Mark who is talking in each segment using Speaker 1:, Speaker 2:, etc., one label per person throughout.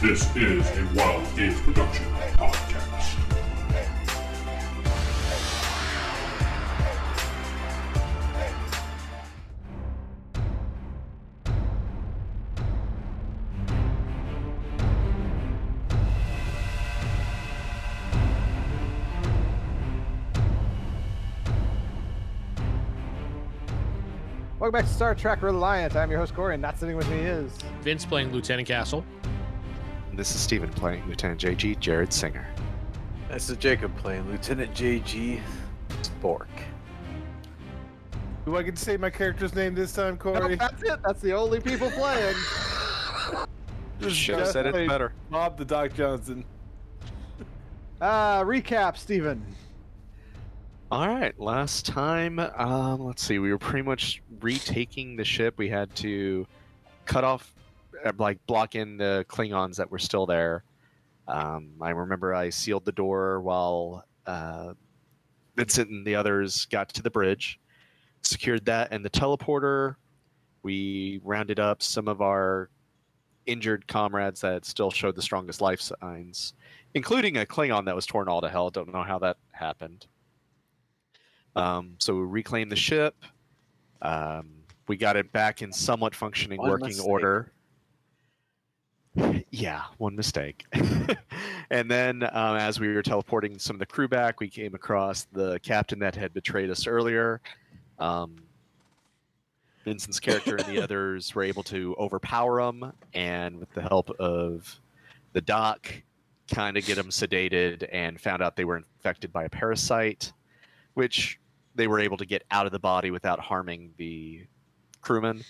Speaker 1: This is a Wild Game Production podcast.
Speaker 2: Welcome back to Star Trek Reliant. I'm your host Corey, and not sitting with me is
Speaker 3: Vince playing Lieutenant Castle.
Speaker 4: This is Steven playing Lieutenant JG Jared Singer.
Speaker 5: This is Jacob playing Lieutenant JG Spork.
Speaker 6: Do I get to say my character's name this time, Corey?
Speaker 2: that's it. That's the only people playing.
Speaker 4: Should have said it
Speaker 6: definitely
Speaker 4: better.
Speaker 6: Bob the Doc Johnson.
Speaker 2: Uh, recap, Steven.
Speaker 4: All right, last time, um, let's see, we were pretty much retaking the ship. We had to cut off, uh, like, block in the Klingons that were still there. Um, I remember I sealed the door while uh, Vincent and the others got to the bridge, secured that and the teleporter. We rounded up some of our injured comrades that still showed the strongest life signs, including a Klingon that was torn all to hell. Don't know how that happened. Um, so we reclaimed the ship. Um, we got it back in somewhat functioning
Speaker 5: One
Speaker 4: working
Speaker 5: mistake.
Speaker 4: order. Yeah, one mistake. and then, um, as we were teleporting some of the crew back, we came across the captain that had betrayed us earlier. Um, Vincent's character and the others were able to overpower him, and with the help of the doc, kind of get him sedated and found out they were infected by a parasite, which they were able to get out of the body without harming the crewmen.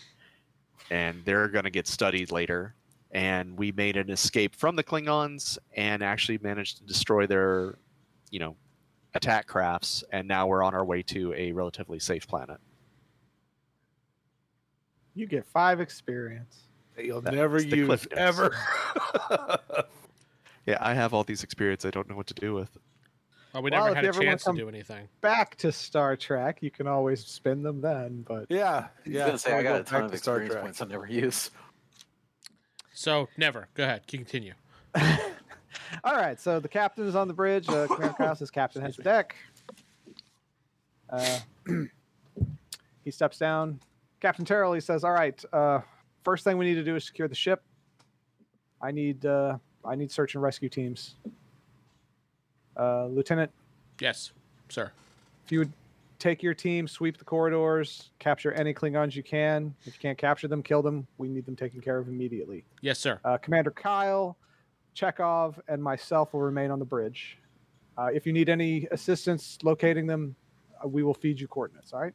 Speaker 4: And they're going to get studied later. And we made an escape from the Klingons and actually managed to destroy their, you know, attack crafts. And now we're on our way to a relatively safe planet.
Speaker 2: You get five experience.
Speaker 6: That you'll
Speaker 4: That's
Speaker 6: never
Speaker 4: the Cliff
Speaker 6: use
Speaker 4: Notes.
Speaker 6: ever.
Speaker 4: Yeah, I have all these experience I don't know what to do with.
Speaker 3: Well, we
Speaker 2: Well, if
Speaker 3: never had
Speaker 2: you
Speaker 3: a
Speaker 2: ever wanna
Speaker 3: chance
Speaker 2: come-
Speaker 3: to do anything.
Speaker 2: Back to Star Trek. You can always spend them then, but
Speaker 6: yeah, yeah.
Speaker 5: Yeah, I was gonna say I
Speaker 6: I'll
Speaker 5: got
Speaker 6: go
Speaker 5: a ton
Speaker 6: back
Speaker 5: of
Speaker 6: to Star
Speaker 5: experience
Speaker 6: Trek.
Speaker 5: points I never use.
Speaker 3: So never. Go ahead. Continue.
Speaker 2: all right. So the captain is on the bridge. Uh, Commander Krause's captain heads the deck. Uh, he steps down. Captain Terrell. He says, "All right. Uh, first thing we need to do is secure the ship. I need uh, I need search and rescue teams. Uh, Lieutenant."
Speaker 3: Yes, sir.
Speaker 2: if you would take your team, sweep the corridors, capture any Klingons you can. If you can't capture them, kill them. We need them taken care of immediately.
Speaker 3: Yes, sir.
Speaker 2: Uh, Commander Kyle, Chekhov, and myself will remain on the bridge. Uh, if you need any assistance locating them, uh, we will feed you coordinates. All right.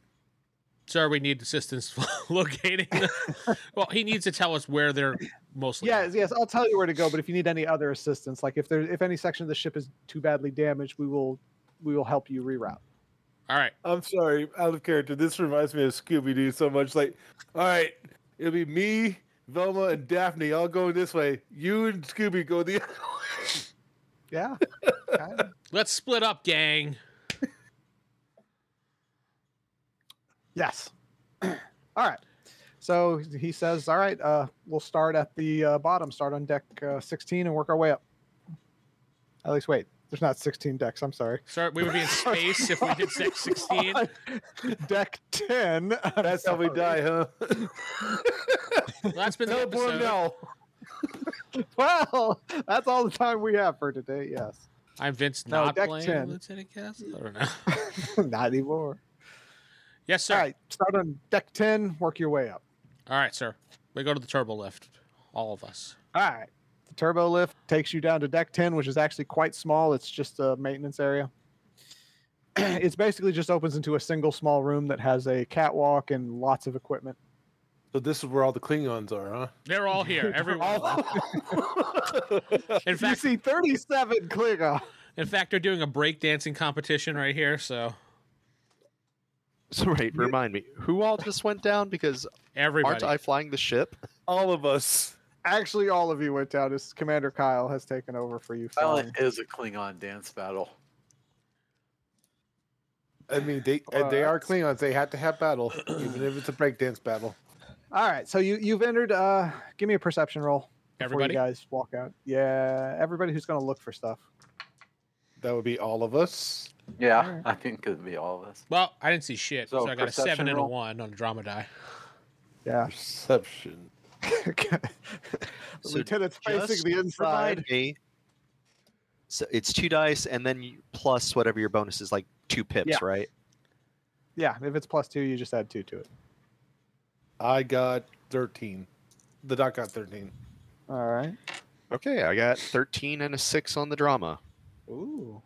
Speaker 3: Sir, we need assistance locating. the- well, he needs to tell us where they're mostly.
Speaker 2: Yes, yes. I'll tell you where to go. But if you need any other assistance, like if there, if any section of the ship is too badly damaged, we will, we will help you reroute.
Speaker 3: All right.
Speaker 6: I'm sorry, out of character. This reminds me of Scooby Doo so much. Like, all right, it'll be me, Velma, and Daphne all going this way. You and Scooby go the other way.
Speaker 2: Yeah.
Speaker 3: Let's split up, gang.
Speaker 2: Yes. all right. So he says, "All right, uh, we'll start at the uh, bottom, start on deck uh, 16, and work our way up." At least, wait. There's not 16 decks. I'm sorry.
Speaker 3: Sir, we would be in space if we did six sixteen.
Speaker 2: deck 10. I'm
Speaker 6: That's how we
Speaker 2: sorry.
Speaker 6: die, huh?
Speaker 3: Well, that's been the
Speaker 6: Teleport
Speaker 3: episode.
Speaker 6: now.
Speaker 2: Well, that's all the time we have for today. Yes.
Speaker 3: I'm Vince,
Speaker 2: No,
Speaker 3: not
Speaker 2: deck
Speaker 3: playing
Speaker 2: 10.
Speaker 3: Lieutenant Castle. I don't know.
Speaker 2: not anymore.
Speaker 3: Yes, sir.
Speaker 2: All right, start on deck 10. Work your way up.
Speaker 3: All right, sir. We go to the turbo lift. All of us.
Speaker 2: All right. The turbo lift takes you down to deck 10, which is actually quite small. It's just a maintenance area. it's basically just opens into a single small room that has a catwalk and lots of equipment.
Speaker 6: So this is where all the Klingons are, huh?
Speaker 3: They're all here. Everyone. In fact,
Speaker 2: you see 37 Klingon.
Speaker 3: in fact, they're doing a breakdancing competition right here. So
Speaker 4: So, right, remind me, who all just went down? Because
Speaker 3: everybody.
Speaker 4: aren't I flying the ship?
Speaker 6: all of us.
Speaker 2: Actually, all of you went down. It's Commander Kyle has taken over for you.
Speaker 5: Silent
Speaker 2: flying.
Speaker 5: is a Klingon dance battle.
Speaker 6: I mean, they
Speaker 2: Uh,
Speaker 6: they are Klingons. They have to have battle, even if it's a breakdance battle.
Speaker 2: All right. So you, you've entered. Uh, give me a perception roll.
Speaker 3: Everybody?
Speaker 2: Before you guys walk out. Yeah, everybody who's going to look for stuff.
Speaker 6: That would be all of us.
Speaker 5: Yeah,
Speaker 2: Alright.
Speaker 5: I think it'd be all of us.
Speaker 3: Well, I didn't see shit, so,
Speaker 5: So,
Speaker 3: I got a seven
Speaker 5: perception
Speaker 3: and a
Speaker 5: roll?
Speaker 3: one on a drama die.
Speaker 2: Yeah.
Speaker 6: Perception.
Speaker 2: The
Speaker 4: So
Speaker 2: Lieutenant's
Speaker 4: just
Speaker 2: facing the inside.
Speaker 4: Provide me. So it's two dice, and then you- plus whatever your bonus is, like two pips,
Speaker 2: Yeah.
Speaker 4: right?
Speaker 2: Yeah, if it's plus two, you just add two to it.
Speaker 6: I got 13. The doc got 13.
Speaker 2: All right.
Speaker 4: Okay, I got thirteen and a six on the drama.
Speaker 2: Ooh.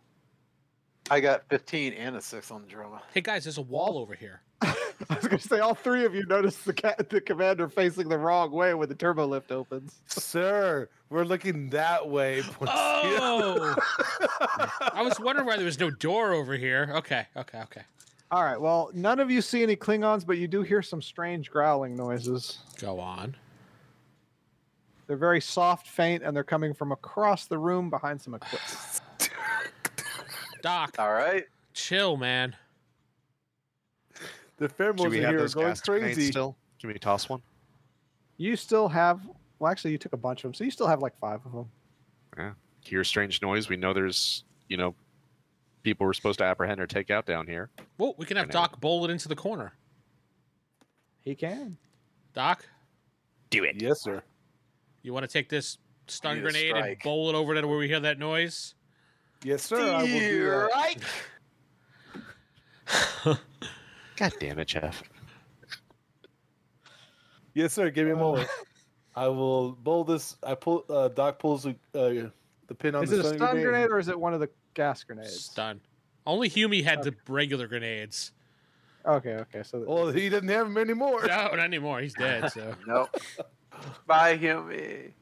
Speaker 5: I got 15 and a 6 on the drama.
Speaker 3: Hey guys, there's a wall over here.
Speaker 2: I was going to say all three of you noticed the ca- the commander facing the wrong way when the turbo lift opens.
Speaker 6: Sir, we're looking that way. Porcia.
Speaker 3: Oh, I was wondering why there was no door over here. Okay, okay, okay.
Speaker 2: All right. Well, none of you see any Klingons, but you do hear some strange growling noises.
Speaker 3: Go on.
Speaker 2: They're very soft, faint, and they're coming from across the room behind some equipment.
Speaker 3: Doc,
Speaker 5: All right.
Speaker 3: chill, man.
Speaker 6: The
Speaker 4: Do
Speaker 6: pheromones in
Speaker 4: we have
Speaker 6: here are
Speaker 4: those
Speaker 6: going
Speaker 4: gas grenades
Speaker 6: crazy.
Speaker 4: still? Can we toss one?
Speaker 2: You still have. Well, actually, you took a bunch of them, so you still have like five of them.
Speaker 4: Hear strange noise. We know there's you know people we're supposed to apprehend or take out down here.
Speaker 3: Whoa, we can have
Speaker 4: I know.
Speaker 3: Doc bowl it into the corner.
Speaker 2: He can.
Speaker 3: Doc,
Speaker 4: Do it.
Speaker 6: Yes, sir.
Speaker 3: you want to take this stun
Speaker 5: need a
Speaker 3: grenade and
Speaker 5: strike.
Speaker 3: bowl it over to where we hear that noise?
Speaker 6: Yes, sir. I will do that.
Speaker 5: right.
Speaker 4: God damn it, Jeff.
Speaker 6: Yes, sir. Give me
Speaker 2: Uh.
Speaker 6: a moment. I will bowl this. I pull. Uh, Doc pulls the, uh, the pin on
Speaker 2: Is
Speaker 6: the
Speaker 2: it a stun grenade. or is it one of the gas grenades?
Speaker 3: Stun. Only Hume had the regular grenades.
Speaker 2: Okay, okay. So
Speaker 6: Well, he doesn't have them anymore.
Speaker 3: No, not anymore. He's dead. So
Speaker 5: Nope. Bye, Hume.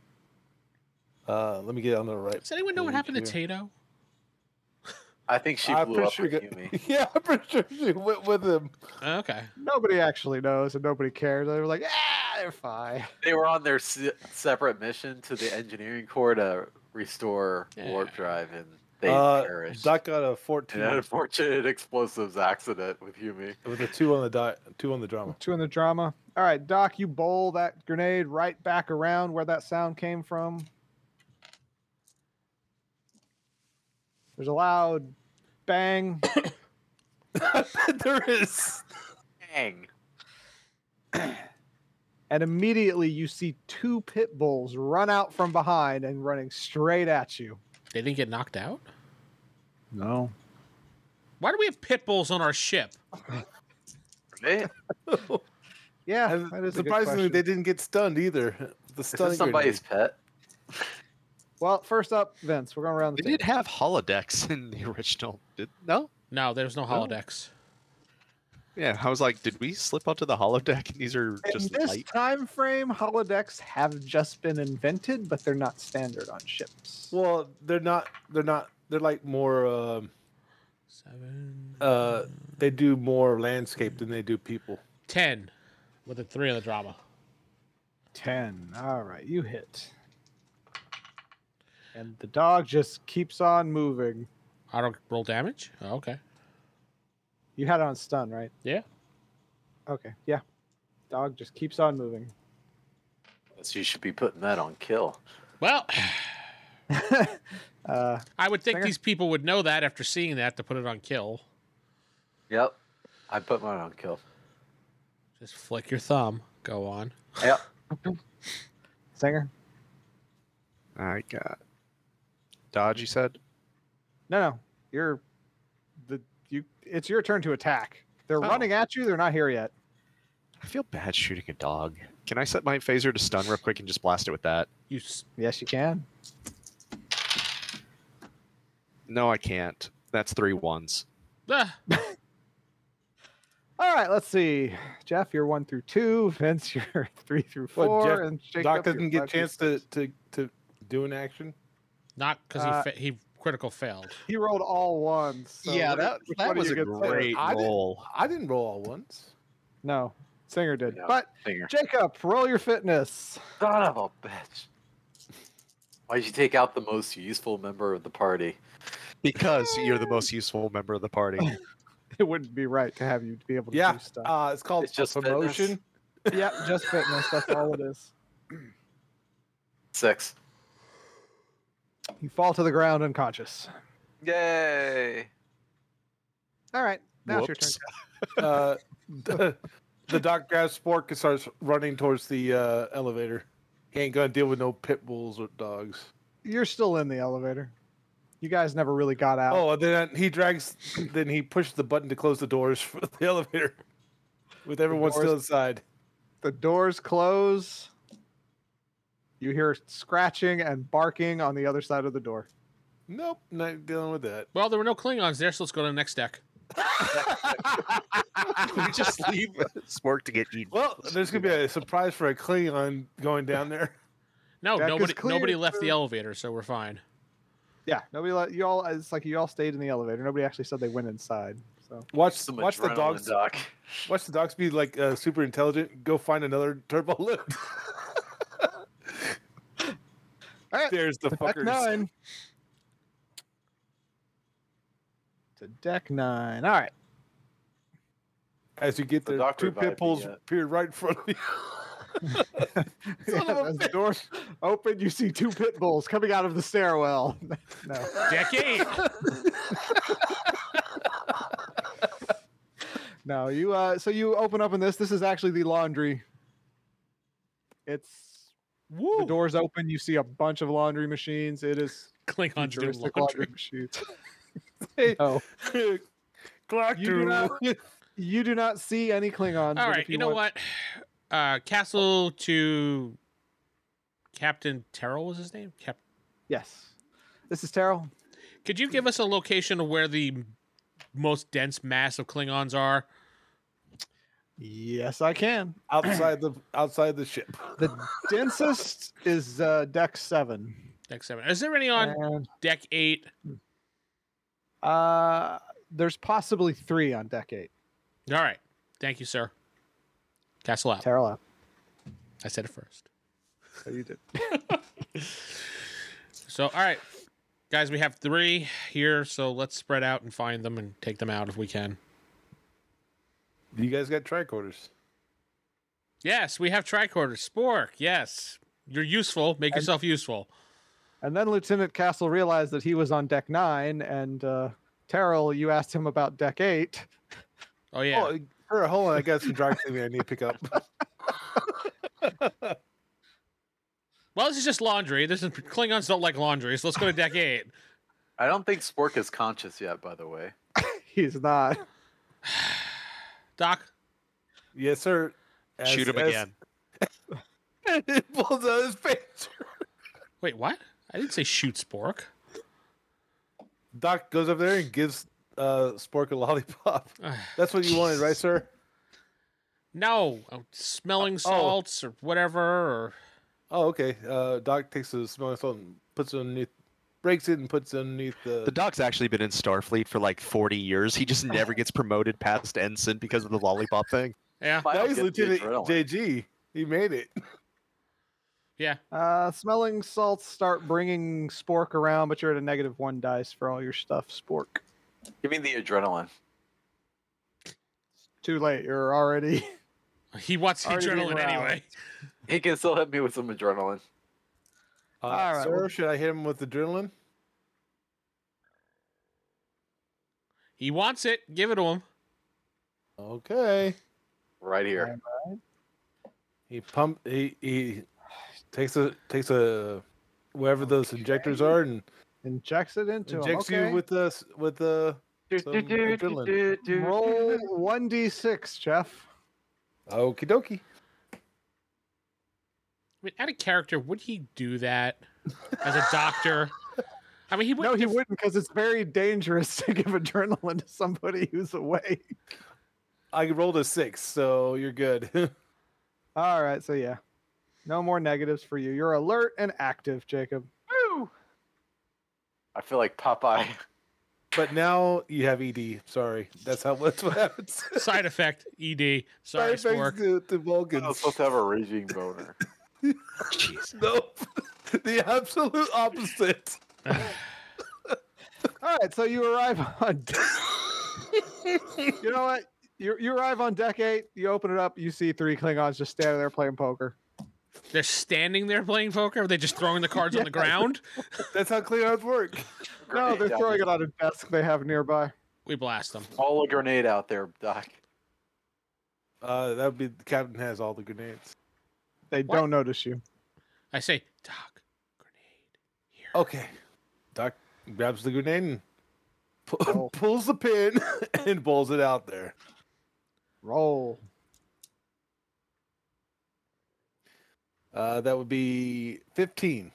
Speaker 6: Uh, let me get on the right.
Speaker 3: does anyone know what
Speaker 6: Thank
Speaker 3: happened to
Speaker 6: you.
Speaker 3: Tato?
Speaker 5: I think she
Speaker 6: I'm
Speaker 5: blew
Speaker 6: pretty
Speaker 5: up
Speaker 6: sure.
Speaker 5: with
Speaker 6: Got,
Speaker 5: Hume.
Speaker 6: yeah, I'm pretty sure she went with him.
Speaker 3: Oh, okay.
Speaker 2: nobody actually knows, and nobody cares. They were like, ah, they're fine.
Speaker 5: They were on their se- separate mission to the engineering core to restore warp
Speaker 3: Yeah.
Speaker 5: drive, and they
Speaker 6: uh,
Speaker 5: perished.
Speaker 6: Doc got a
Speaker 5: in
Speaker 6: 14
Speaker 5: an unfortunate explosives accident with Hume.
Speaker 6: with a two on the di- two on the drama.
Speaker 2: Two in the drama. All right, Doc, you bowl that grenade right back around where that sound came from. There's a loud bang.
Speaker 6: there is.
Speaker 5: Dang.
Speaker 2: and immediately you see two pit bulls run out from behind and running straight at you.
Speaker 3: They didn't get knocked out?
Speaker 2: No.
Speaker 3: Why do we have pit bulls on our ship?
Speaker 5: Right?
Speaker 2: Yeah,
Speaker 6: And
Speaker 2: that is
Speaker 6: surprisingly,
Speaker 2: surprisingly.
Speaker 6: they didn't get stunned either. The
Speaker 5: Is
Speaker 6: stun
Speaker 5: this somebody's pet?
Speaker 2: Well, first up, Vince, we're going around
Speaker 4: They
Speaker 2: the
Speaker 4: did
Speaker 2: table.
Speaker 4: have holodecks in the original. Did no?
Speaker 3: No, there's no holodecks.
Speaker 4: Yeah, I was like, did we slip onto the holodeck? And these are
Speaker 2: In
Speaker 4: just
Speaker 2: this
Speaker 4: light.
Speaker 2: time frame, holodecks have just been invented, but they're not standard on ships.
Speaker 6: Well, they're not. They're not. They're like more. Um,
Speaker 3: Seven.
Speaker 6: uh, they do more landscape than they do people.
Speaker 3: Ten. With a three on the drama.
Speaker 2: Ten. All right, you hit. And the dog just keeps on moving.
Speaker 3: I don't roll damage? Oh, okay.
Speaker 2: You had it on stun, right?
Speaker 3: Yeah.
Speaker 2: Okay, yeah. Dog just keeps on moving.
Speaker 5: So you should be putting that on kill.
Speaker 3: Well,
Speaker 2: Uh,
Speaker 3: I would think
Speaker 2: Singer?
Speaker 3: these people would know that after seeing that to put it on kill.
Speaker 5: Yep. I put mine on kill.
Speaker 3: Just flick your thumb. Go on.
Speaker 5: Yep.
Speaker 2: Singer?
Speaker 4: I got dodge. You said
Speaker 2: No, no. You're the you. It's your turn to attack. They're
Speaker 4: Oh.
Speaker 2: running at you. They're not here yet.
Speaker 4: I feel bad shooting a dog. Can I set my phaser to stun real quick and just blast it with that?
Speaker 3: You s-
Speaker 2: Yes, you can.
Speaker 4: No, I can't. That's three ones.
Speaker 3: ah,
Speaker 2: All right. Let's see. Jeff, you're one through two. Vince, you're three through
Speaker 6: What,
Speaker 2: four.
Speaker 6: Jeff-
Speaker 2: and Jacob,
Speaker 6: Doc
Speaker 2: you're
Speaker 6: doesn't get a
Speaker 2: five through
Speaker 6: chance to, to to do an action.
Speaker 3: not because
Speaker 2: Uh,
Speaker 3: he fa- he critical failed.
Speaker 2: six. He rolled all ones. so what do you- which one do you get, Singer?
Speaker 6: I didn't-
Speaker 4: roll.
Speaker 6: I didn't roll all once.
Speaker 2: No, Singer did.
Speaker 5: No.
Speaker 2: But
Speaker 5: Finger.
Speaker 2: Jacob, roll your fitness.
Speaker 5: Son of a bitch. Why'd you take out the most useful member of the party?
Speaker 4: Because you're the most useful member of the party.
Speaker 2: It wouldn't be right to have you be able to
Speaker 6: Yeah,
Speaker 2: do stuff.
Speaker 6: Uh, it's called
Speaker 5: It's just
Speaker 6: promotion.
Speaker 5: fitness.
Speaker 2: yeah, just fitness. That's all it is.
Speaker 5: Six.
Speaker 2: You fall to the ground unconscious.
Speaker 5: Yay.
Speaker 2: All right, now it's your
Speaker 4: Whoops.
Speaker 2: turn.
Speaker 6: Uh, the, the doc grabs Spork and starts running towards the uh, elevator. He ain't gonna deal with no pit bulls or dogs.
Speaker 2: You're still in the elevator. You guys never really got out.
Speaker 6: Oh, and then he drags. Then he pushes the button to close the doors for the elevator, with everyone still
Speaker 2: doors-
Speaker 6: inside.
Speaker 2: The doors close. You hear scratching and barking on the other side of the door.
Speaker 6: Nope, not dealing with that.
Speaker 3: Well, there were no Klingons there, so let's go to the next deck.
Speaker 4: we just leave Spork to get eaten.
Speaker 6: Well, there's gonna be a surprise for a Klingon going down there.
Speaker 3: No,
Speaker 2: Deck is
Speaker 3: nobody
Speaker 2: clear.
Speaker 3: nobody left the elevator, so we're fine.
Speaker 2: Yeah, nobody let you all. It's like you all stayed in the elevator. Nobody actually said they went inside. So
Speaker 6: Watch
Speaker 5: Some
Speaker 6: watch the
Speaker 5: adrenaline,
Speaker 6: dogs.
Speaker 5: Doc.
Speaker 6: Watch the dogs be like uh, super intelligent. Go find another turbo loop.
Speaker 2: All right.
Speaker 6: There's the
Speaker 2: deck
Speaker 6: fuckers.
Speaker 2: nine. To deck nine. All right.
Speaker 6: As you get
Speaker 5: The
Speaker 6: there, two
Speaker 5: doctor revived me
Speaker 6: pit bulls
Speaker 5: yet.
Speaker 6: appear right in front of you.
Speaker 2: Yeah, as the doors open, you see two pit bulls coming out of the stairwell. no.
Speaker 3: Deck eight.
Speaker 2: No, you. Uh, so you open up in this. This is actually the laundry. It's the
Speaker 3: Woo.
Speaker 2: doors open. You see a bunch of laundry machines. It is
Speaker 3: Klingons do
Speaker 2: futuristic
Speaker 3: laundry.
Speaker 2: laundry machines.
Speaker 6: Hey,
Speaker 2: No,
Speaker 6: Glock
Speaker 2: You do not- you do not see any Klingons.
Speaker 3: All right, you, know what? Uh, Castle to Captain Terrell was his name. Cap-
Speaker 2: Yes, this is Terrell.
Speaker 3: Could you give us a location of where the most dense mass of Klingons are?
Speaker 2: Yes, I can.
Speaker 6: outside the outside the ship.
Speaker 2: The densest is uh, deck seven.
Speaker 3: Deck seven. Is there any on
Speaker 2: And,
Speaker 3: deck eight?
Speaker 2: uh, there's possibly three on deck eight.
Speaker 3: All right. Thank you, sir. Castle out.
Speaker 2: Terrell, up.
Speaker 3: I said it first.
Speaker 2: you did.
Speaker 3: So, all right, guys, we have three here, so let's spread out and find them and take them out if we can.
Speaker 6: You guys got tricorders.
Speaker 3: Yes, we have tricorders. Spork, yes. You're useful. Make yourself useful.
Speaker 2: And then Lieutenant Castle realized that he was on deck nine, and uh, Terrell, you asked him about deck eight.
Speaker 3: Oh, yeah.
Speaker 6: Oh, sure, hold on. I got some dry cleaning I need to pick up.
Speaker 3: Well, this is just laundry. This is Klingons don't like laundry, so let's go to deck eight.
Speaker 5: I don't think Spork is conscious yet, by the way.
Speaker 2: He's not.
Speaker 3: Doc,
Speaker 6: yes, sir. As-
Speaker 4: Shoot him
Speaker 6: as-
Speaker 4: again.
Speaker 6: it pulls out his pants.
Speaker 3: wait, what? I didn't say shoot Spork.
Speaker 6: Doc goes up there and gives uh, Spork a lollipop.
Speaker 3: Ugh.
Speaker 6: That's what you wanted, right, sir?
Speaker 3: No, oh, smelling salts or whatever. Or
Speaker 6: Oh, okay. Uh, Doc takes the smelling salt and puts it underneath, breaks it and puts it underneath the.
Speaker 4: The doc's actually been in Starfleet for like 40 years. He just never gets promoted past ensign because of the lollipop thing.
Speaker 3: yeah,
Speaker 5: Might
Speaker 6: that
Speaker 5: not
Speaker 6: was
Speaker 5: get the
Speaker 6: Lieutenant
Speaker 5: adrenaline.
Speaker 6: JG. He made it.
Speaker 3: yeah.
Speaker 2: Uh, smelling salts start bringing Spork around, but you're at a negative one dice for all your stuff, Spork.
Speaker 5: Give me the adrenaline.
Speaker 2: Too late. You're already.
Speaker 3: He wants the
Speaker 2: Already being
Speaker 3: adrenaline
Speaker 2: roused.
Speaker 3: anyway.
Speaker 5: He can still hit me with some adrenaline.
Speaker 6: Uh,
Speaker 2: All right,
Speaker 6: Sir,
Speaker 2: well-
Speaker 6: should I hit him with adrenaline?
Speaker 3: He wants it. Give it to him.
Speaker 6: Okay.
Speaker 5: Right here.
Speaker 2: Right.
Speaker 6: He pump. He he takes a takes a wherever those injectors are and
Speaker 2: Injects it into
Speaker 6: injects
Speaker 2: him. Okay.
Speaker 6: you with the s- with the. some adrenaline.
Speaker 2: Roll 1d6, Jeff.
Speaker 6: Okie dokie.
Speaker 3: I mean, out of character, would he do that as a doctor? I mean, he would.
Speaker 2: No, he wouldn't, because it's very dangerous to give adrenaline to somebody who's awake.
Speaker 6: I rolled a six, so you're good.
Speaker 2: All right, so yeah. No more negatives for you. You're alert and active, Jacob.
Speaker 5: I feel like Popeye.
Speaker 6: but now you have ED. Sorry, that's how that's what happens.
Speaker 3: Side effect, ED. Sorry,
Speaker 6: Thanks
Speaker 3: Spork.
Speaker 6: to, to
Speaker 5: I was
Speaker 6: Vulcans.
Speaker 5: supposed to have a raging boner.
Speaker 6: Nope. the absolute opposite.
Speaker 2: All right, so you arrive on. you know what? You, you arrive on deck eight. You open it up. You see three Klingons just standing there playing poker.
Speaker 3: They're standing there playing poker. Are they just throwing the cards on the ground?
Speaker 6: That's how cleanouts work.
Speaker 2: No, they're
Speaker 5: Grenade out
Speaker 2: throwing it
Speaker 5: there.
Speaker 2: on a desk they have nearby.
Speaker 3: We blast them.
Speaker 5: All a grenade out there, Doc.
Speaker 6: Uh, that would be the captain has all the grenades.
Speaker 2: They
Speaker 3: What?
Speaker 2: don't notice you.
Speaker 3: I say, Doc, grenade. Here.
Speaker 6: Okay. Doc grabs the grenade and pu-
Speaker 2: Oh.
Speaker 6: pulls the pin and bowls it out there.
Speaker 2: Roll.
Speaker 6: Uh, that would be 15.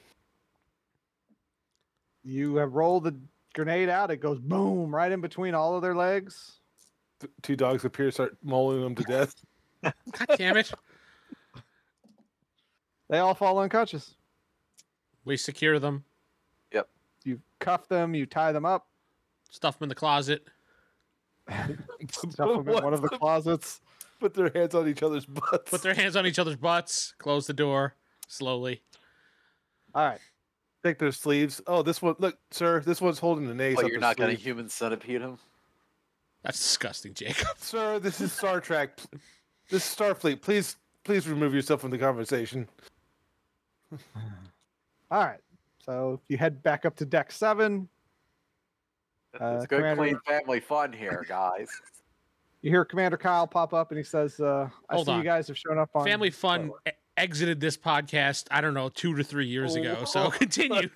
Speaker 2: You have rolled the grenade out. It goes boom right in between all of their legs.
Speaker 6: Th- Two dogs appear, start mauling them to death.
Speaker 3: God damn it.
Speaker 2: They all fall unconscious.
Speaker 3: We secure them,
Speaker 2: You cuff them. You tie them up.
Speaker 3: stuff them in the closet.
Speaker 2: Stuff them in one of the closets.
Speaker 6: Put their hands on each other's butts.
Speaker 3: Put their hands on each other's butts. Close the door slowly.
Speaker 2: All right.
Speaker 6: Take their sleeves. Oh, this one. Look, sir, this one's holding an ace.
Speaker 5: Oh,
Speaker 6: up
Speaker 5: you're
Speaker 6: his
Speaker 5: not going to
Speaker 6: sleeve.
Speaker 5: human centipede him?
Speaker 3: That's disgusting, Jacob.
Speaker 6: Sir, this is Star Trek. P- This is Starfleet. Please, please remove yourself from the conversation.
Speaker 2: All right. So you head back up to deck seven. Uh,
Speaker 5: It's good,
Speaker 2: Commander-
Speaker 5: clean family fun here, guys.
Speaker 2: You hear Commander Kyle pop up and he says, uh, I
Speaker 3: Hold
Speaker 2: see
Speaker 3: on.
Speaker 2: you guys have shown up on
Speaker 3: Family Fun e- exited this podcast, I don't know, two to three years
Speaker 2: Oh,
Speaker 3: ago. So continue.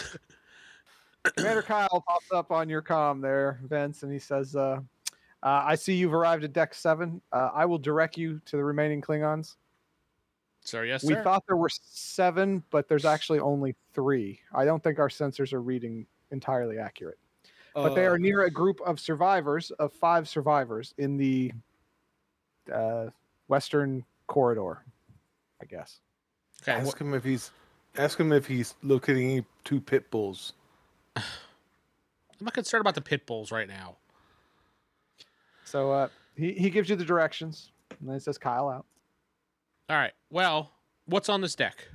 Speaker 2: Commander Kyle pops up on your comm there, Vince, and he says, uh, uh, I see you've arrived at deck seven. Uh, I will direct you to the remaining Klingons.
Speaker 3: Sir, yes,
Speaker 2: we
Speaker 3: sir.
Speaker 2: thought there were seven, but there's actually only three. I don't think our sensors are reading entirely accurate. but they
Speaker 6: Uh,
Speaker 2: are near a group of survivors, of five survivors in the uh, western corridor, I guess.
Speaker 3: okay,
Speaker 6: ask him if he's. Ask him if he's locating any two pit bulls.
Speaker 3: I'm not concerned about the pit bulls right now.
Speaker 2: So uh, he, he gives you the directions, and then it says Kyle out.
Speaker 3: All right. Well, what's on this deck?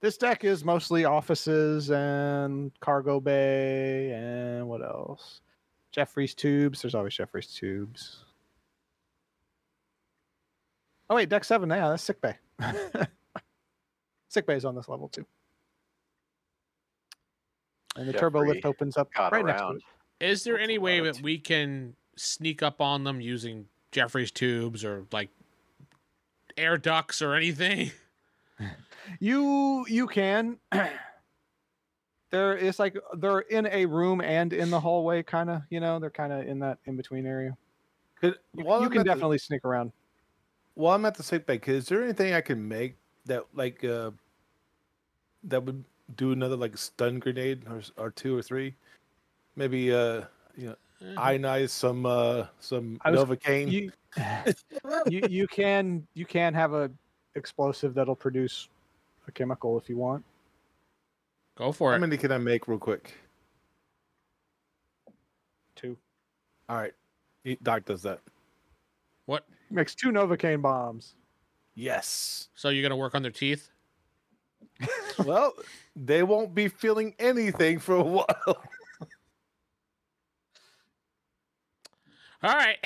Speaker 2: This deck is mostly offices and cargo bay and what else? Jeffrey's tubes. There's always Jeffrey's tubes. Oh wait, deck seven. Yeah, that's sick bay. sick bay is on this level too. And the turbo lift
Speaker 5: Jeffrey
Speaker 2: opens up
Speaker 5: got
Speaker 2: right next to
Speaker 5: around.
Speaker 2: it.
Speaker 3: Is there
Speaker 5: That's
Speaker 3: any
Speaker 5: a
Speaker 3: way
Speaker 5: lot.
Speaker 3: that we can sneak up on them using Jeffrey's tubes or like air ducts or anything?
Speaker 2: You you can. there is like they're in a room and in the hallway, kind of. You know, they're kind of in that in between area.
Speaker 6: Could, while
Speaker 2: you
Speaker 6: I'm
Speaker 2: can
Speaker 6: at the-
Speaker 2: definitely sneak around.
Speaker 6: while I'm at the sick bay, kid, is there anything I can make that like uh that would do another like stun grenade or or two or three? Maybe uh you know ionize some uh some
Speaker 2: I was-
Speaker 6: novocaine.
Speaker 2: you, you you can you can have a explosive that'll produce a chemical if you want.
Speaker 3: Go for
Speaker 6: How
Speaker 3: it.
Speaker 6: many can I make real quick?
Speaker 2: Two
Speaker 6: All right, He- Doc does that.
Speaker 3: what?
Speaker 2: He makes two novocaine bombs.
Speaker 6: Yes.
Speaker 3: So you're gonna work on their teeth?
Speaker 6: well, they won't be feeling anything for a while.
Speaker 3: All right.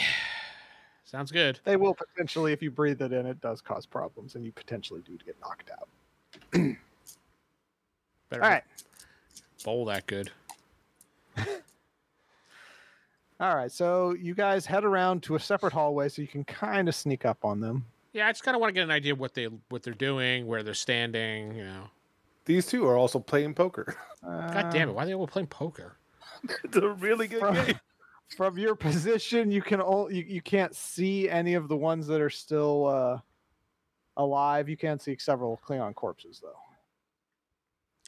Speaker 3: Sounds good.
Speaker 2: They will potentially, if you breathe it in, it does cause problems, and you potentially do get knocked out.
Speaker 3: Better
Speaker 2: All right,
Speaker 3: bowl that good.
Speaker 2: all right. So you guys head around to a separate hallway, so you can kind of sneak up on them.
Speaker 3: Yeah, I just kind of want to get an idea of what they what they're doing, where they're standing. You know,
Speaker 6: These two are also playing poker.
Speaker 3: God damn it, why are they all playing poker?
Speaker 6: it's a really good
Speaker 2: Uh, From,
Speaker 6: game.
Speaker 2: from your position, you can all you, you can't see any of the ones that are still uh, alive. You can see several Klingon corpses, though.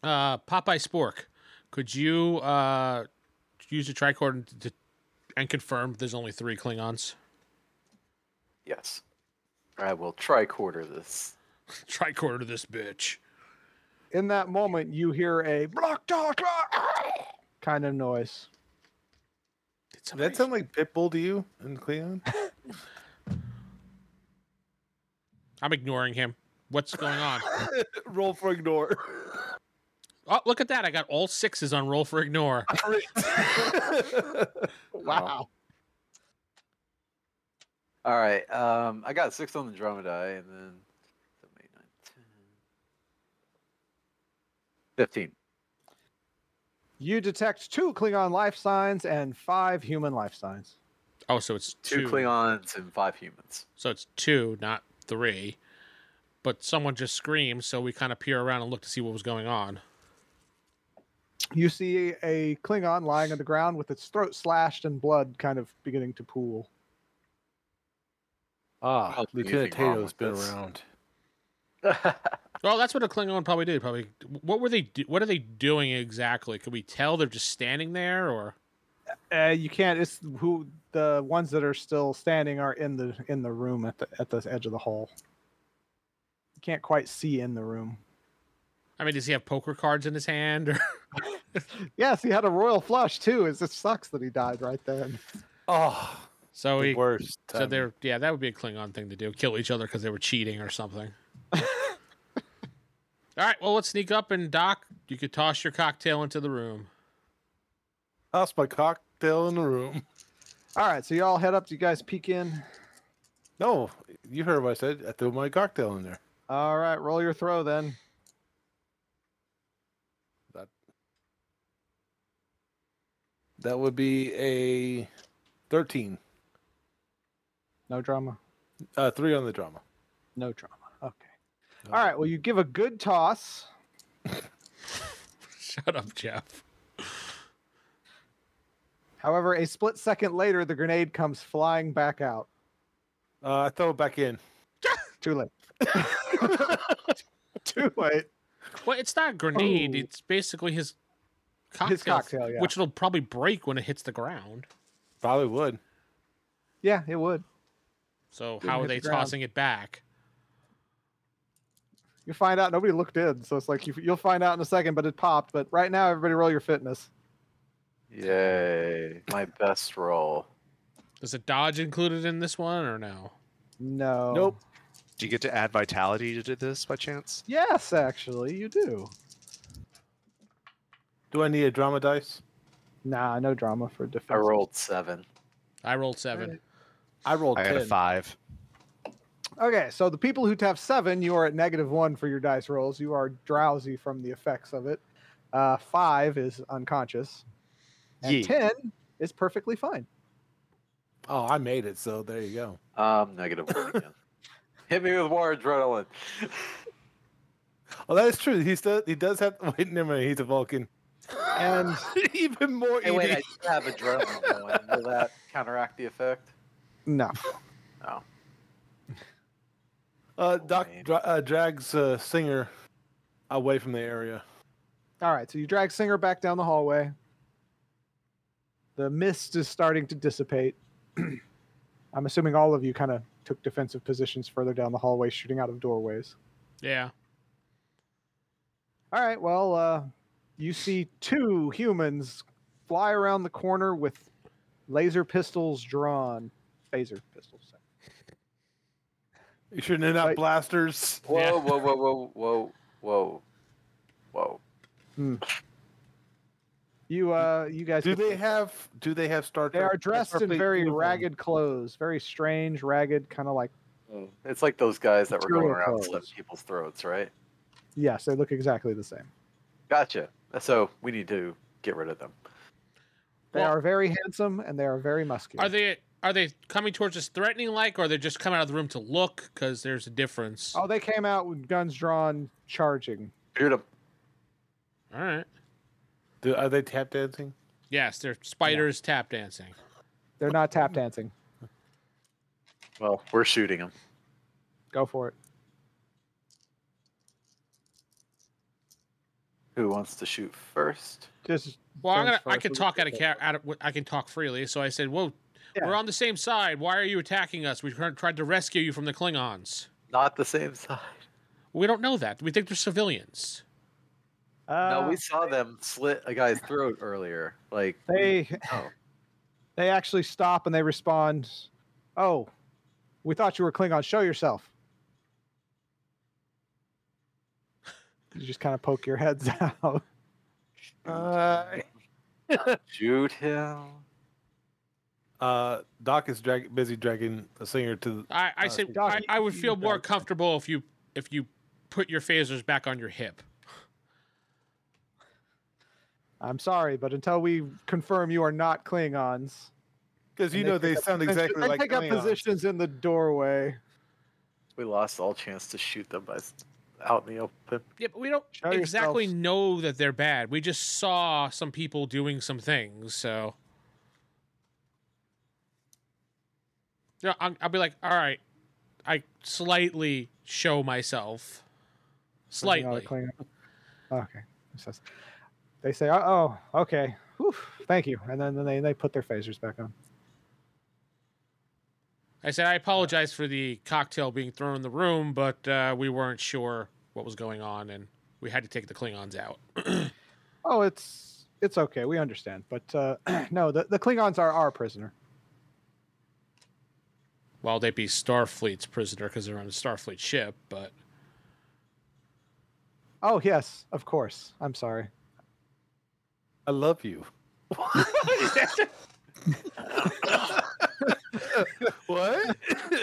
Speaker 3: Uh, Popeye Spork, could you uh use a tricord and, to, and confirm there's only three Klingons?
Speaker 5: Yes. I will tricorder this.
Speaker 3: tricorder this bitch.
Speaker 2: in that moment you hear a block talk kind of noise
Speaker 3: Did
Speaker 6: Does that sound like Pitbull to you and Cleon?
Speaker 3: I'm ignoring him. What's going on?
Speaker 6: Roll for ignore.
Speaker 3: oh, look at that! I got all sixes on roll for ignore.
Speaker 5: Wow. All right. Um, I got six on the drama die, and then Fifteen.
Speaker 2: You detect two Klingon life signs and five human life signs.
Speaker 3: Oh, so it's
Speaker 5: Two,
Speaker 3: two.
Speaker 5: Klingons and five humans.
Speaker 3: So it's two, not three. But someone just screamed, so we kind of peer around and look to see what was going on.
Speaker 2: You see a Klingon lying on the ground with its throat slashed and blood kind of beginning to pool.
Speaker 6: Ah,
Speaker 5: Probably
Speaker 6: Lieutenant
Speaker 5: anything wrong
Speaker 6: Tato's
Speaker 5: with
Speaker 6: been
Speaker 5: this.
Speaker 6: around.
Speaker 3: Well, that's what a Klingon probably did. Probably, what were they? Do- what are they doing exactly? Can we tell they're just standing there, or
Speaker 2: Uh, you can't. It's who the ones that are still standing are in the in the room at the at the edge of the hall. You can't quite see in the room.
Speaker 3: I mean, does he have poker cards in his hand? Or
Speaker 2: Yes, he had a royal flush too. It just sucks that he died right then.
Speaker 6: Oh,
Speaker 3: so
Speaker 6: the
Speaker 3: he,
Speaker 6: worst.
Speaker 3: so
Speaker 6: timing.
Speaker 3: they're yeah, that would be a Klingon thing to do: kill each other because they were cheating or something. All right, well, let's sneak up and Doc, you could toss your cocktail into the room.
Speaker 6: Toss my cocktail in the room.
Speaker 2: All right, so you all head up. You guys peek in.
Speaker 6: No, you heard what I said. I threw my cocktail in there.
Speaker 2: All right, roll your throw then.
Speaker 6: That would be a 13.
Speaker 2: No drama.
Speaker 6: Uh, three on the drama.
Speaker 2: No drama. Okay. All right. Well, you give a good toss.
Speaker 3: Shut up, Jeff.
Speaker 2: However, a split second later, the grenade comes flying back out.
Speaker 6: Uh, I throw it back in.
Speaker 2: Too late. Too late.
Speaker 3: Well, it's not a grenade.
Speaker 2: Oh.
Speaker 3: It's basically his cocktail,
Speaker 2: His cocktail, yeah.
Speaker 3: which it'll probably break when it hits the ground.
Speaker 6: Probably would.
Speaker 2: Yeah, it would.
Speaker 3: So
Speaker 2: Didn't
Speaker 3: how are
Speaker 2: hit
Speaker 3: they
Speaker 2: the ground.
Speaker 3: tossing it back?
Speaker 2: You find out nobody looked in, so it's like you, you'll find out in a second. But it popped. But right now, everybody roll your fitness.
Speaker 5: Yay! My best roll.
Speaker 3: Is a dodge included in this one or no?
Speaker 2: No.
Speaker 6: Nope.
Speaker 4: Do you get to add vitality to this by chance?
Speaker 2: Yes, actually, you do.
Speaker 6: Do I need a drama dice?
Speaker 2: Nah, no drama for defense.
Speaker 5: I rolled seven.
Speaker 3: I rolled seven.
Speaker 6: I rolled
Speaker 4: I got
Speaker 6: 10.
Speaker 4: a five.
Speaker 2: Okay, so the people who have seven, you are at negative one for your dice rolls. You are drowsy from the effects of it. Uh, five is unconscious. And
Speaker 4: Yee.
Speaker 2: ten is perfectly fine.
Speaker 6: Oh, I made it. So there you go.
Speaker 5: Um, negative one again. Hit me with more adrenaline.
Speaker 6: Oh, that is true. He still he does have. Wait, never mind. He's a Vulcan.
Speaker 2: And
Speaker 6: Even more.
Speaker 5: Hey, wait, I
Speaker 6: ED.
Speaker 5: did have adrenaline going. Will that counteract the effect?
Speaker 2: no.
Speaker 5: No.
Speaker 6: uh, Doc
Speaker 5: man.
Speaker 6: dra- uh, drags uh, Singer away from the area.
Speaker 2: All right, so you drag Singer back down the hallway. The mist is starting to dissipate. I'm assuming all of you kind of took defensive positions further down the hallway, shooting out of doorways.
Speaker 3: Yeah.
Speaker 2: All right, well, uh, you see two humans fly around the corner with laser pistols drawn. Phaser pistols. sorry.
Speaker 6: You sure they're not
Speaker 2: Right.
Speaker 6: blasters?
Speaker 5: Whoa,
Speaker 3: Yeah.
Speaker 5: whoa, whoa, whoa, whoa, whoa, whoa.
Speaker 2: You, uh, you guys.
Speaker 6: Do
Speaker 2: get
Speaker 6: they
Speaker 2: the-
Speaker 6: have? Do they have Star?
Speaker 2: They
Speaker 6: Trek-
Speaker 2: are dressed
Speaker 6: Starfleet
Speaker 2: in very
Speaker 6: uniform?
Speaker 2: ragged clothes, very strange, ragged, kind of like.
Speaker 5: Mm. It's like those guys that were going
Speaker 2: Material
Speaker 5: around
Speaker 2: clothes.
Speaker 5: slitting people's throats, right?
Speaker 2: Yes, they look exactly the same.
Speaker 5: Gotcha. So we need to get rid of them.
Speaker 2: They
Speaker 3: Well-
Speaker 2: are very handsome and they are very muscular.
Speaker 3: Are they are they coming towards us threatening like, or they just come out of the room to look? Because there's a difference.
Speaker 2: Oh, they came out with guns drawn, charging.
Speaker 5: Shoot 'em.
Speaker 3: All right.
Speaker 6: Do, are they tap dancing?
Speaker 3: Yes, they're spiders tap dancing.
Speaker 2: They're not tap dancing.
Speaker 5: Well, we're shooting them.
Speaker 2: Go for it.
Speaker 5: Who wants to shoot first?
Speaker 2: Just
Speaker 3: Well, I'm gonna,
Speaker 2: Thanks for
Speaker 3: I can
Speaker 2: us.
Speaker 3: talk out of, ca- out of I can talk freely. So I said, "Whoa,
Speaker 2: Yeah.
Speaker 3: we're on the same side. Why are you attacking us? We tried tried to rescue you from the Klingons.
Speaker 5: Not the same side.
Speaker 3: We don't know that. We think they're civilians.
Speaker 2: uh,
Speaker 5: no, we saw them slit a guy's throat earlier. Like
Speaker 2: they
Speaker 5: Oh.
Speaker 2: they actually stop and they respond. Oh, we thought you were Klingon. Show yourself. You just kind of poke your heads out.
Speaker 6: Uh,
Speaker 5: shoot him.
Speaker 6: uh, Doc is drag- busy dragging a singer to.
Speaker 3: I, I
Speaker 6: Uh,
Speaker 3: said
Speaker 2: Doc,
Speaker 3: I, I would
Speaker 2: you-
Speaker 3: feel
Speaker 2: you
Speaker 3: more
Speaker 2: don't-
Speaker 3: comfortable if you if you put your phasers back on your hip.
Speaker 2: I'm sorry, but until we confirm you are not Klingons,
Speaker 6: Because you
Speaker 2: And they
Speaker 6: know they sound
Speaker 2: and-
Speaker 6: exactly
Speaker 2: and
Speaker 6: like
Speaker 2: take up
Speaker 6: Klingons.
Speaker 2: positions in the doorway.
Speaker 5: We lost all chance to shoot them by s- out in the open.
Speaker 3: Yeah, but we don't
Speaker 2: Show
Speaker 3: exactly
Speaker 2: yourselves.
Speaker 3: know that they're bad. We just saw some people doing some things, so. Yeah, I'll, I'll be like, all right, I slightly show myself.
Speaker 2: Something ought
Speaker 3: Slightly.
Speaker 2: to clean up. Okay. It says- they say, "Oh, oh, okay, Whew, thank you," and then, then they they put their phasers back on.
Speaker 3: I said, I apologize for the cocktail being thrown in the room, but uh, we weren't sure what was going on, and we had to take the Klingons out.
Speaker 2: Oh, it's it's okay, we understand, but uh, no, the, the Klingons are our prisoner.
Speaker 3: Well, they'd be Starfleet's prisoner because they're on a Starfleet ship, but
Speaker 2: Oh yes, of course. I'm sorry.
Speaker 6: I love you. what?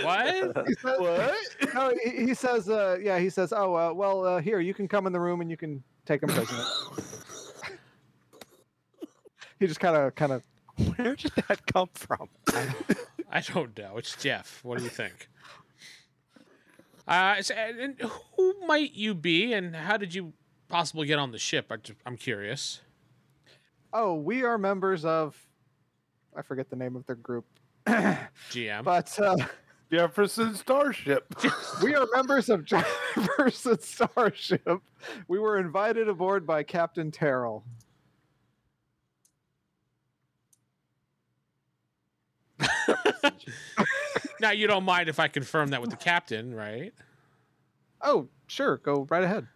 Speaker 3: what?
Speaker 2: He says-
Speaker 6: What?
Speaker 2: no, he, he says, uh, yeah, he says, oh, uh, well, uh, here, you can come in the room and you can take him prisoner. he just kind of, kind of,
Speaker 4: Where did that come from?
Speaker 3: I don't know. It's Jeff. What do you think? Uh, so- and and who might you be, and how did you possibly get on the ship? I, ju- I'm curious.
Speaker 2: oh, we are members of, I forget the name of their group,
Speaker 3: GM.
Speaker 2: but uh,
Speaker 6: Jefferson Starship.
Speaker 2: we are members of Jefferson Starship. We were invited aboard by Captain Terrell.
Speaker 3: now you don't mind if I confirm that with the captain, right?
Speaker 2: Oh, sure, go right ahead.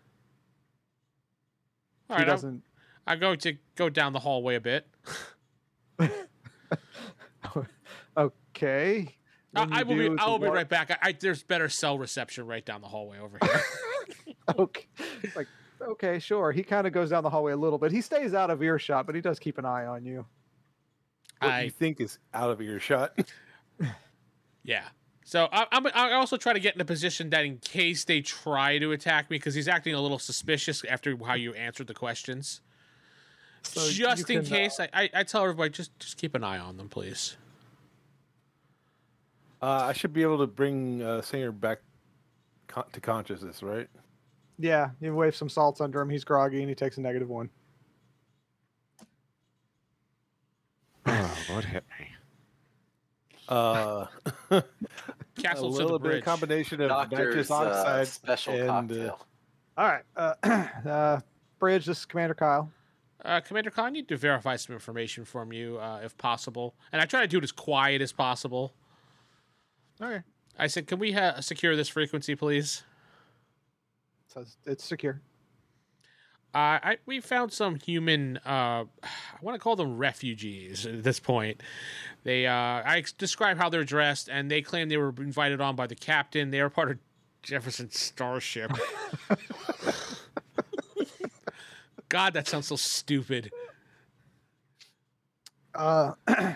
Speaker 3: All
Speaker 2: he
Speaker 3: right. I'm,
Speaker 2: doesn't.
Speaker 3: I'm going to go down the hallway a bit.
Speaker 2: Okay.
Speaker 3: I,
Speaker 2: When
Speaker 3: I
Speaker 2: you
Speaker 3: will
Speaker 2: do,
Speaker 3: be.
Speaker 2: it's
Speaker 3: I will be
Speaker 2: wa-
Speaker 3: right back. I, I, there's better cell reception right down the hallway over here.
Speaker 2: okay. Like, okay, sure. He kind of goes down the hallway a little bit. He stays out of earshot, but he does keep an eye on you.
Speaker 6: What
Speaker 3: I
Speaker 6: you think is out of earshot?
Speaker 3: Yeah. So I, I'm, I also try to get in a position that in case they try to attack me, because he's acting a little suspicious after how you answered the questions.
Speaker 2: So you
Speaker 3: just in
Speaker 2: can, uh,
Speaker 3: case, I, I, I tell everybody just just keep an eye on them, please.
Speaker 6: Uh, I should be able to bring uh, Singer back con- to consciousness, right?
Speaker 2: Yeah, you wave some salts under him. He's groggy and he takes a negative one.
Speaker 4: Oh, what hit me?
Speaker 6: Uh, a
Speaker 3: Castle to
Speaker 6: little
Speaker 3: the
Speaker 6: bit of
Speaker 3: bridge.
Speaker 6: combination of
Speaker 5: Doctor's
Speaker 6: nitrous
Speaker 5: uh,
Speaker 6: oxide
Speaker 5: special
Speaker 6: and, uh,
Speaker 5: cocktail.
Speaker 2: All right. Uh, uh, Bridge, this is Commander Kyle.
Speaker 3: uh, Commander Khan, I need to verify some information from you, uh, if possible. And I try to do it as quiet as possible.
Speaker 2: Okay.
Speaker 3: I said, can we ha- secure this frequency, please?
Speaker 2: Says it's secure.
Speaker 3: Uh, I, we found some human. Uh, I want to call them refugees at this point. They, uh, I ex- describe how they're dressed, and they claim they were invited on by the captain. They are part of Jefferson Starship. God, that sounds so stupid.
Speaker 2: Uh,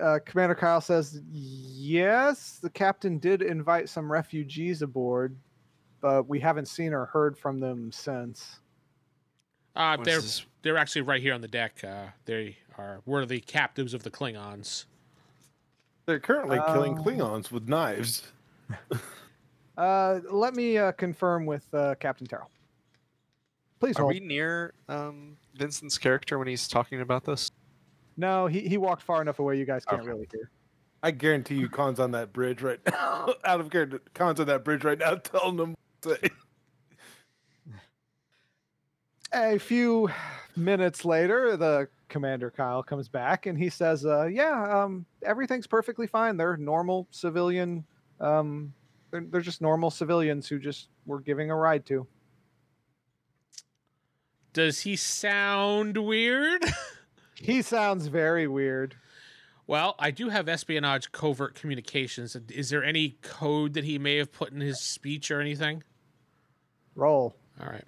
Speaker 2: uh, Commander Kyle says, yes, the captain did invite some refugees aboard, but we haven't seen or heard from them since.
Speaker 3: Uh,
Speaker 4: What is
Speaker 3: they're
Speaker 4: this?
Speaker 3: they're actually right here on the deck. Uh, they are worthy captives of the Klingons.
Speaker 6: They're currently killing
Speaker 3: Um,
Speaker 2: Oh.
Speaker 6: Klingons with knives.
Speaker 2: Uh, let me uh, confirm with uh, Captain Terrell. Please
Speaker 4: Are
Speaker 2: hold.
Speaker 4: we near um, Vincent's character when he's talking about this?
Speaker 2: No, he, he walked far enough away you guys can't
Speaker 4: Okay.
Speaker 2: really hear.
Speaker 6: I guarantee you, Khan's on that bridge right now. Out of character, Khan's on that bridge right now, telling them. what to say.
Speaker 2: A few minutes later, the Commander Kyle comes back and he says, uh, "Yeah, um, everything's perfectly fine. They're normal civilian. Um, they're, they're just normal civilians who just we're giving a ride to."
Speaker 3: Does he sound weird?
Speaker 2: He sounds very weird.
Speaker 3: Well, I do have espionage covert communications. Is there any code that he may have put in his speech or anything?
Speaker 2: Roll.
Speaker 3: All right.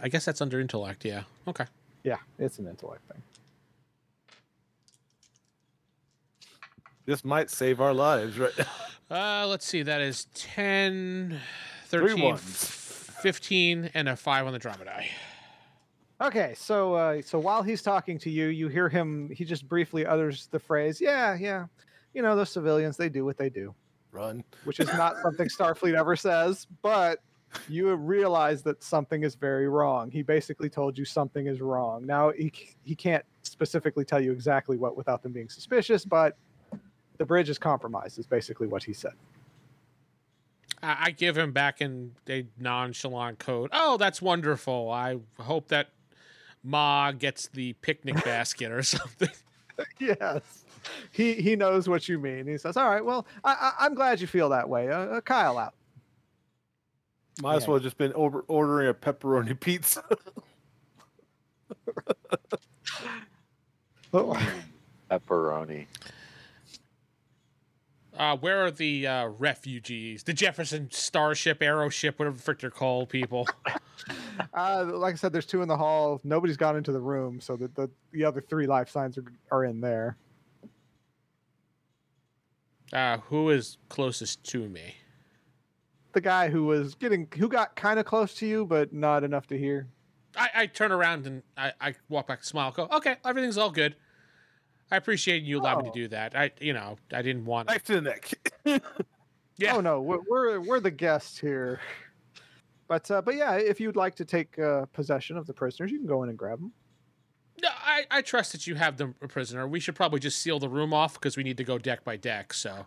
Speaker 3: I guess that's under intellect, yeah. Okay.
Speaker 2: Yeah, it's an intellect thing.
Speaker 6: This might save our lives right now.
Speaker 3: Uh, let's see. That is 10,
Speaker 6: Three
Speaker 3: 13,
Speaker 6: ones.
Speaker 3: 15, and a 5 on the drama die.
Speaker 2: Okay, so uh, so while he's talking to you, you hear him. He just briefly utters the phrase, "Yeah, yeah." You know, those civilians, they do what they do,
Speaker 6: Run.
Speaker 2: which is not something Starfleet ever says. But you realize that something is very wrong. He basically told you something is wrong. Now he c- he can't specifically tell you exactly what without them being suspicious, but the bridge is compromised. Is basically what he said.
Speaker 3: I, I give him back in a nonchalant code. Oh, that's wonderful. I hope that Ma gets the picnic basket or something.
Speaker 2: yes. He he knows what you mean. He says, "All right, well, I, I, I'm glad you feel that way." Uh, uh, Kyle out.
Speaker 6: Might as
Speaker 2: Yeah.
Speaker 6: well have just been over ordering a pepperoni pizza.
Speaker 5: Pepperoni.
Speaker 3: Uh, where are the uh, refugees? The Jefferson Starship, Aeroship, whatever the frick they're called, people.
Speaker 2: Uh, like I said, there's two in the hall. Nobody's gone into the room, so the the, the other three life signs are are in there.
Speaker 3: Uh, who is closest to me?
Speaker 2: The guy who was getting who got kind of close to you, but not enough to hear.
Speaker 3: I, I turn around and I, I walk back, smile, go, okay, everything's all good. I appreciate you allowing me
Speaker 2: Oh.
Speaker 3: to do that. I, you know, I didn't want.
Speaker 6: Knife to the neck.
Speaker 3: yeah,
Speaker 2: Oh no, we're we're, we're the guests here. But uh, but yeah, if you'd like to take uh, possession of the prisoners, you can go in and grab them.
Speaker 3: No, I, I trust that you have the prisoner. We should probably just seal the room off because we need to go deck by deck. So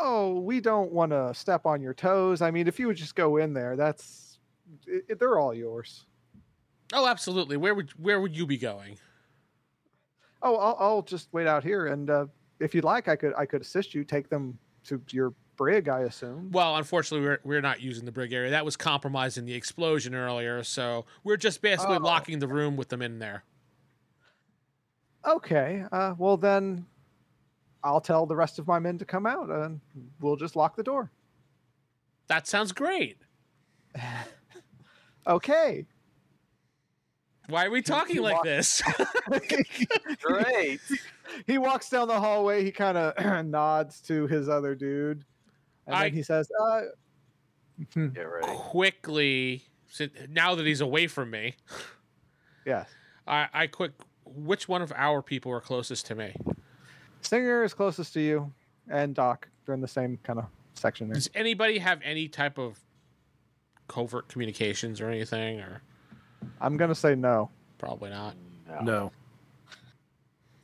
Speaker 2: Oh, we don't want to step on your toes. I mean, if you would just go in there, that's it, it- they're all yours.
Speaker 3: Oh, absolutely. Where would where would you be going?
Speaker 2: Oh, I'll, I'll just wait out here, and uh, if you'd like, I could I could assist you take them to your brig. I assume.
Speaker 3: Well, unfortunately, we're, we're not using the brig area. That was compromised in the explosion earlier, so we're just basically
Speaker 2: Oh.
Speaker 3: locking the room with them in there.
Speaker 2: Okay. Uh, well then, I'll tell the rest of my men to come out, and we'll just lock the door.
Speaker 3: That sounds great.
Speaker 2: Okay.
Speaker 3: Why are we talking like
Speaker 2: walk-
Speaker 3: this?
Speaker 5: Great.
Speaker 2: he walks down the hallway. He kind of nods to his other dude, and
Speaker 3: I-
Speaker 2: then he says, uh,
Speaker 5: yeah, right.
Speaker 3: Quickly, si- now that he's away from me,
Speaker 2: "Yes."
Speaker 3: I, I quick. Which one of our people are closest to me?
Speaker 2: Singer is closest to you, and Doc. They're in the same kind of section there.
Speaker 3: Does anybody have any type of covert communications or anything? Or
Speaker 2: I'm gonna say no.
Speaker 3: probably not.
Speaker 5: No.
Speaker 6: No.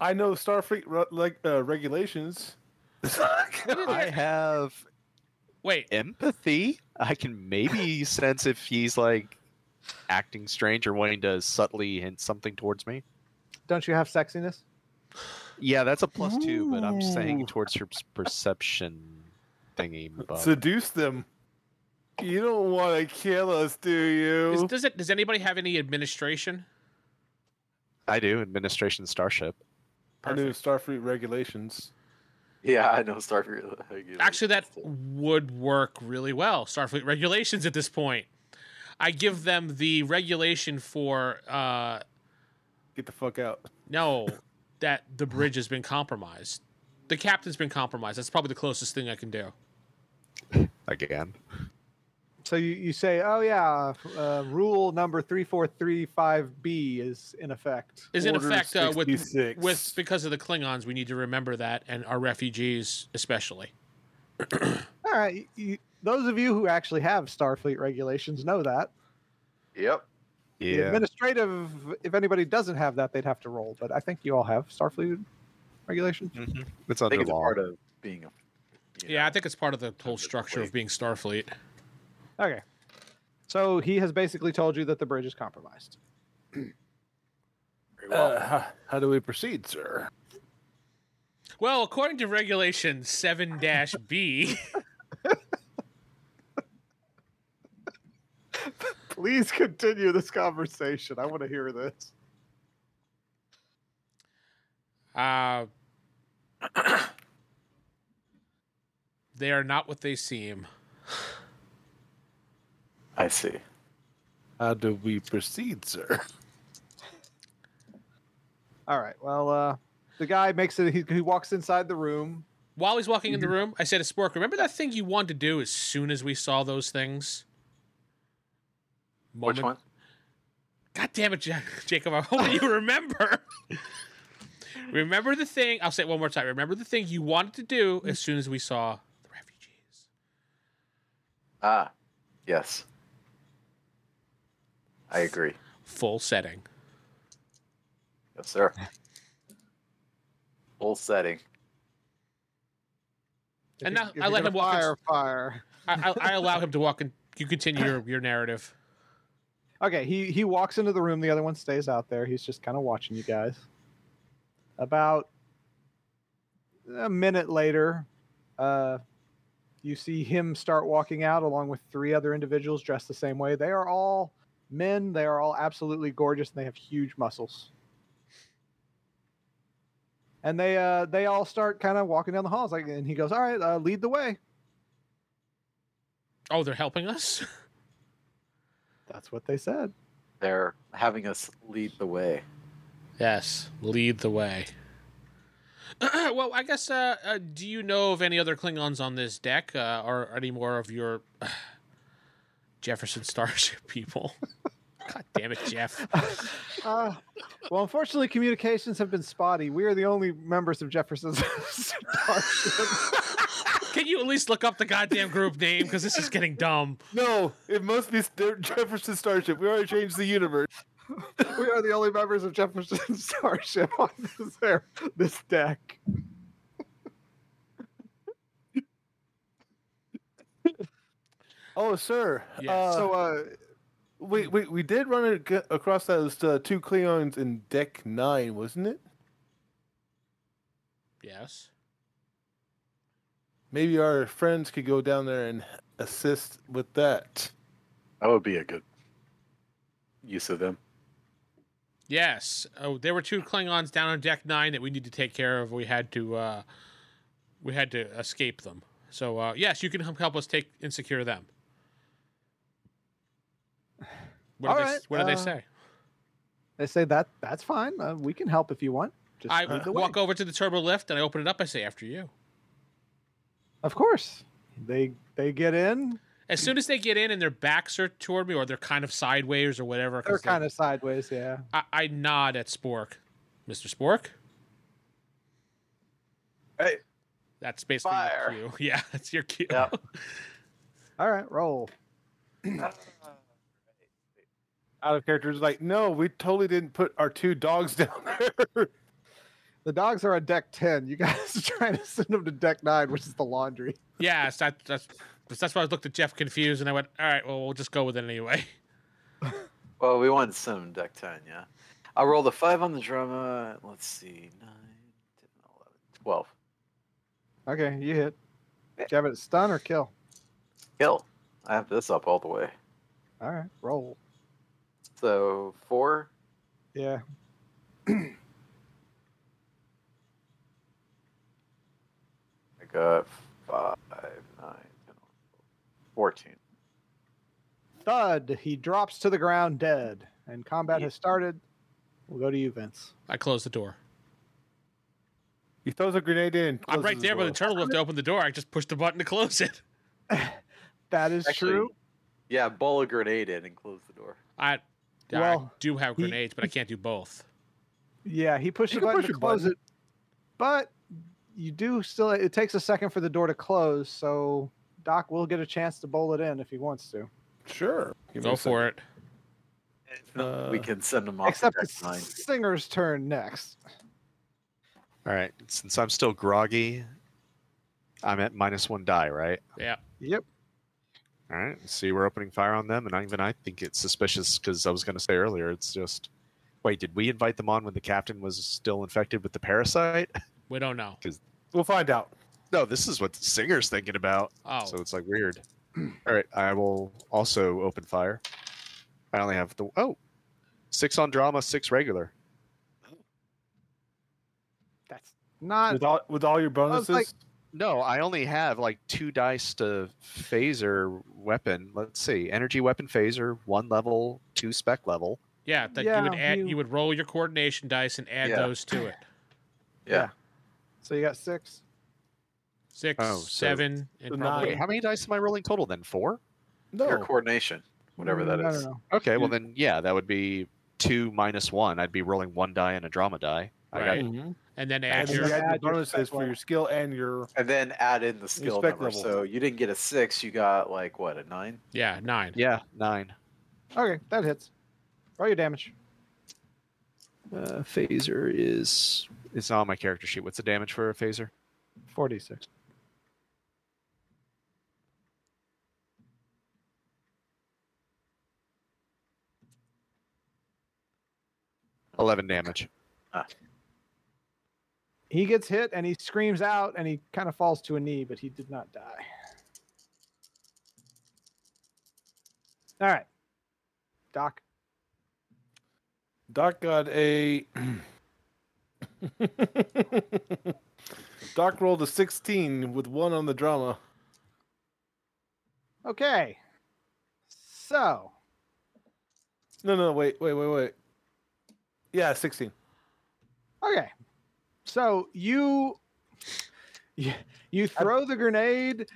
Speaker 6: I know Starfleet re- like uh, regulations.
Speaker 4: I have
Speaker 3: Wait,
Speaker 4: empathy. I can maybe sense if he's like acting strange or wanting to subtly hint something towards me.
Speaker 2: Don't you have sexiness?
Speaker 4: Yeah, that's a plus two, but I'm saying towards your perception thingy. Bob.
Speaker 6: Seduce them. You don't want to kill us, do you?
Speaker 3: is, does it? Does anybody have any administration?
Speaker 4: I do administration starship.
Speaker 6: I knew Starfleet regulations.
Speaker 5: Yeah, I know Starfleet. regular-
Speaker 3: Actually, that would work really well. Starfleet regulations at this point. I give them the regulation for uh,
Speaker 6: Get the fuck out.
Speaker 3: no that the bridge has been compromised. The captain's been compromised. That's probably the closest thing I can do.
Speaker 4: Again,
Speaker 2: So you, you say, oh yeah, uh, rule number three four three five B is in effect.
Speaker 3: Is in
Speaker 6: Order
Speaker 3: effect uh, with
Speaker 6: 66.
Speaker 3: with because of the Klingons, we need to remember that, and our refugees especially.
Speaker 2: All right, you- you, those of you who actually have Starfleet regulations know that.
Speaker 5: Yep.
Speaker 2: The
Speaker 4: yeah,
Speaker 2: administrative, if anybody doesn't have that, they'd have to roll. But I think you all have Starfleet regulations.
Speaker 4: it's
Speaker 5: I
Speaker 4: under
Speaker 5: think it's
Speaker 4: law.
Speaker 5: part of being a.
Speaker 3: Yeah. I think it's part of the whole structure of being Starfleet.
Speaker 2: Okay. So he has basically told you that the bridge is compromised.
Speaker 5: Very well.
Speaker 6: Uh, how, how do we proceed, sir?
Speaker 3: Well, according to regulation seven dash B.
Speaker 2: Please continue this conversation. I want to hear this.
Speaker 3: Uh, they are not what they seem.
Speaker 5: I see.
Speaker 6: How do we proceed, sir?
Speaker 2: All right. Well, uh, the guy makes it. He, he walks inside the room.
Speaker 3: While he's walking in the room, I said to Spork, remember that thing you wanted to do as soon as we saw those things?
Speaker 5: Which
Speaker 3: Moment-
Speaker 5: one?
Speaker 3: God damn it, Ja- Jacob! I hope you remember. remember the thing. I'll say it one more time. Remember the thing you wanted to do as soon as we saw the refugees.
Speaker 5: Ah, yes. I agree.
Speaker 3: Full setting.
Speaker 5: Yes, sir. Full setting.
Speaker 2: If
Speaker 3: And
Speaker 2: you-
Speaker 3: now
Speaker 2: if
Speaker 3: I
Speaker 2: you're
Speaker 3: let him
Speaker 2: gonna
Speaker 3: walk in-
Speaker 2: Fire, fire.
Speaker 3: I, I, I allow him to walk in. You continue your, your narrative.
Speaker 2: Okay, he he walks into the room. The other one stays out there. He's just kind of watching you guys. About a minute later, uh, you see him start walking out along with three other individuals dressed the same way. They are all men. They are all absolutely gorgeous, and they have huge muscles. And they uh, they all start kind of walking down the halls. Like, and he goes, "All right, uh, lead the way."
Speaker 3: Oh, they're helping us.
Speaker 2: That's what they said.
Speaker 5: They're having us lead the way.
Speaker 3: Yes, lead the way. well, I guess. Uh, uh, do you know of any other Klingons on this deck, uh, or any more of your Jefferson Starship people? God damn it, Jeff!
Speaker 2: Uh, well, unfortunately, communications have been spotty. We are the only members of Jefferson's Starship.
Speaker 3: Can you at least look up the goddamn group name? Because this is getting dumb.
Speaker 6: No, it must be St- Jefferson Starship. We already changed the universe.
Speaker 2: we are the only members of Jefferson's Starship on this, air, this deck.
Speaker 6: Oh, sir.
Speaker 3: Yes.
Speaker 6: Uh,
Speaker 2: so, uh,
Speaker 6: we, we we did run ac- across those uh, two Cleons in deck nine, wasn't it?
Speaker 3: Yes.
Speaker 6: Maybe our friends could go down there and assist with that.
Speaker 5: That would be a good use of them.
Speaker 3: Yes. Oh, there were two Klingons down on deck nine that we need to take care of. We had to, uh, we had to escape them. So uh, yes, you can help help us take and secure them. What,
Speaker 2: All
Speaker 3: do, they,
Speaker 2: right,
Speaker 3: what do
Speaker 2: uh,
Speaker 3: they say?
Speaker 2: they say that that's fine. Uh, we can help if you want. uh, Just
Speaker 3: I
Speaker 2: lead the way.
Speaker 3: walk over to the turbo lift and I open it up. I say, "After you."
Speaker 2: Of course, they they get in.
Speaker 3: As soon as they get in and their backs are toward me, or they're kind of sideways or whatever,
Speaker 2: They're
Speaker 3: 'cause
Speaker 2: kind of sideways. Yeah.
Speaker 3: I, I nod at Spork, Mister Spork.
Speaker 2: Hey.
Speaker 3: That's basically
Speaker 5: Fire.
Speaker 3: your cue. Yeah, that's your cue.
Speaker 5: Yep.
Speaker 2: All right, roll.
Speaker 6: Out of characters, like, no, we totally didn't put our two dogs down there.
Speaker 2: The dogs are on deck ten. You guys are trying to send them to deck nine, which is the laundry.
Speaker 3: Yes, that, that's that's why I looked at Jeff confused, and I went, "All right, well, we'll just go with it anyway."
Speaker 5: Well, we wanted some deck 10, yeah. I rolled a 5 on the drama. Let's see. 9, 10, 11, 12.
Speaker 2: Okay, you hit. Do you have it stun or kill?
Speaker 5: Kill. I have this up all the way.
Speaker 2: All right, roll.
Speaker 5: So, 4.
Speaker 2: Yeah.
Speaker 5: I got 5, 9, 10, 11, 14.
Speaker 2: Thud. He drops to the ground dead, and combat
Speaker 5: Yeah.
Speaker 2: has started. We'll go to you, Vince.
Speaker 3: I closed the door.
Speaker 6: he throws a grenade in. and
Speaker 3: I'm
Speaker 6: closes
Speaker 3: right
Speaker 6: the
Speaker 3: there by the
Speaker 6: door.
Speaker 3: turtle lift to open the door. I just pushed the button to close it.
Speaker 2: That is
Speaker 5: Actually,
Speaker 2: true.
Speaker 5: Yeah, ball a grenade in and close the door.
Speaker 3: I, I
Speaker 2: Well,
Speaker 3: do have
Speaker 2: he-
Speaker 3: grenades, but I can't do both.
Speaker 2: Yeah, he pushed
Speaker 6: You
Speaker 2: the
Speaker 6: can
Speaker 2: button
Speaker 6: push
Speaker 2: to
Speaker 6: a
Speaker 2: close
Speaker 6: button.
Speaker 2: it, but you do still. It takes a second for the door to close, so Doc will get a chance to bowl it in if he wants to.
Speaker 6: Sure. Give me
Speaker 3: Go
Speaker 6: a second.
Speaker 3: for it.
Speaker 5: If not, we
Speaker 6: Uh,
Speaker 5: can send them off
Speaker 2: Except
Speaker 5: to
Speaker 2: it's
Speaker 5: deck 9.
Speaker 2: Singer's turn next.
Speaker 4: All right. Since I'm still groggy, I'm at minus one die, right?
Speaker 2: Yep.
Speaker 4: All right. See, we're opening fire on them, and I- even I think it's suspicious because I was going to say earlier, it's just. Wait, did we invite them on when the captain was still infected with the parasite?
Speaker 3: We don't know.
Speaker 6: We'll find out.
Speaker 4: No, this is what the singer's thinking about.
Speaker 3: Oh,
Speaker 4: So it's like weird. All right, I will also open fire. I only have the oh, six on drama, six regular.
Speaker 2: That's not.
Speaker 6: With all with all your
Speaker 2: was
Speaker 6: bonuses,
Speaker 2: like-
Speaker 4: No, I only have like two dice to phaser weapon. Let's see, energy weapon phaser, one level, two spec level.
Speaker 3: yeah. That you
Speaker 2: Yeah,
Speaker 3: would add.
Speaker 2: you-
Speaker 3: You... would roll your coordination dice and add
Speaker 5: Yeah.
Speaker 3: those to it.
Speaker 5: Yeah.
Speaker 2: So you got six.
Speaker 3: Six,
Speaker 4: Oh, so-
Speaker 3: seven,
Speaker 6: So
Speaker 3: and probably
Speaker 4: Wait, how many dice am I rolling total then? Four.
Speaker 5: Your
Speaker 6: no,
Speaker 5: coordination, whatever that
Speaker 2: No, no,
Speaker 5: is.
Speaker 2: no.
Speaker 4: Okay, well then, yeah, that would be two minus one. I'd be rolling one die and a drama die. I
Speaker 3: Right.
Speaker 4: got
Speaker 3: and then
Speaker 6: Mm-hmm. And
Speaker 3: add
Speaker 2: That's
Speaker 6: you
Speaker 2: exactly-
Speaker 3: your
Speaker 6: add your
Speaker 2: Add your
Speaker 6: bonuses
Speaker 2: spec
Speaker 6: for your
Speaker 2: level.
Speaker 6: skill and your
Speaker 5: And then add in the skill
Speaker 6: spec
Speaker 5: number.
Speaker 6: level.
Speaker 5: So you didn't get a six, you got like what, a nine?
Speaker 3: yeah nine.
Speaker 4: yeah nine.
Speaker 2: Okay, that hits. Roll your damage.
Speaker 4: Uh, phaser is it's not on my character sheet. What's the damage for a phaser?
Speaker 2: 46.
Speaker 4: Eleven damage.
Speaker 2: He gets hit and he screams out and he kind of falls to a knee, but he did not die. All right. Doc.
Speaker 6: Doc got a. Doc rolled a 16 with one on the drama.
Speaker 2: Okay. So,
Speaker 6: No, no, wait, wait, wait, wait. Yeah, 16.
Speaker 2: okay. So you you, you throw the grenade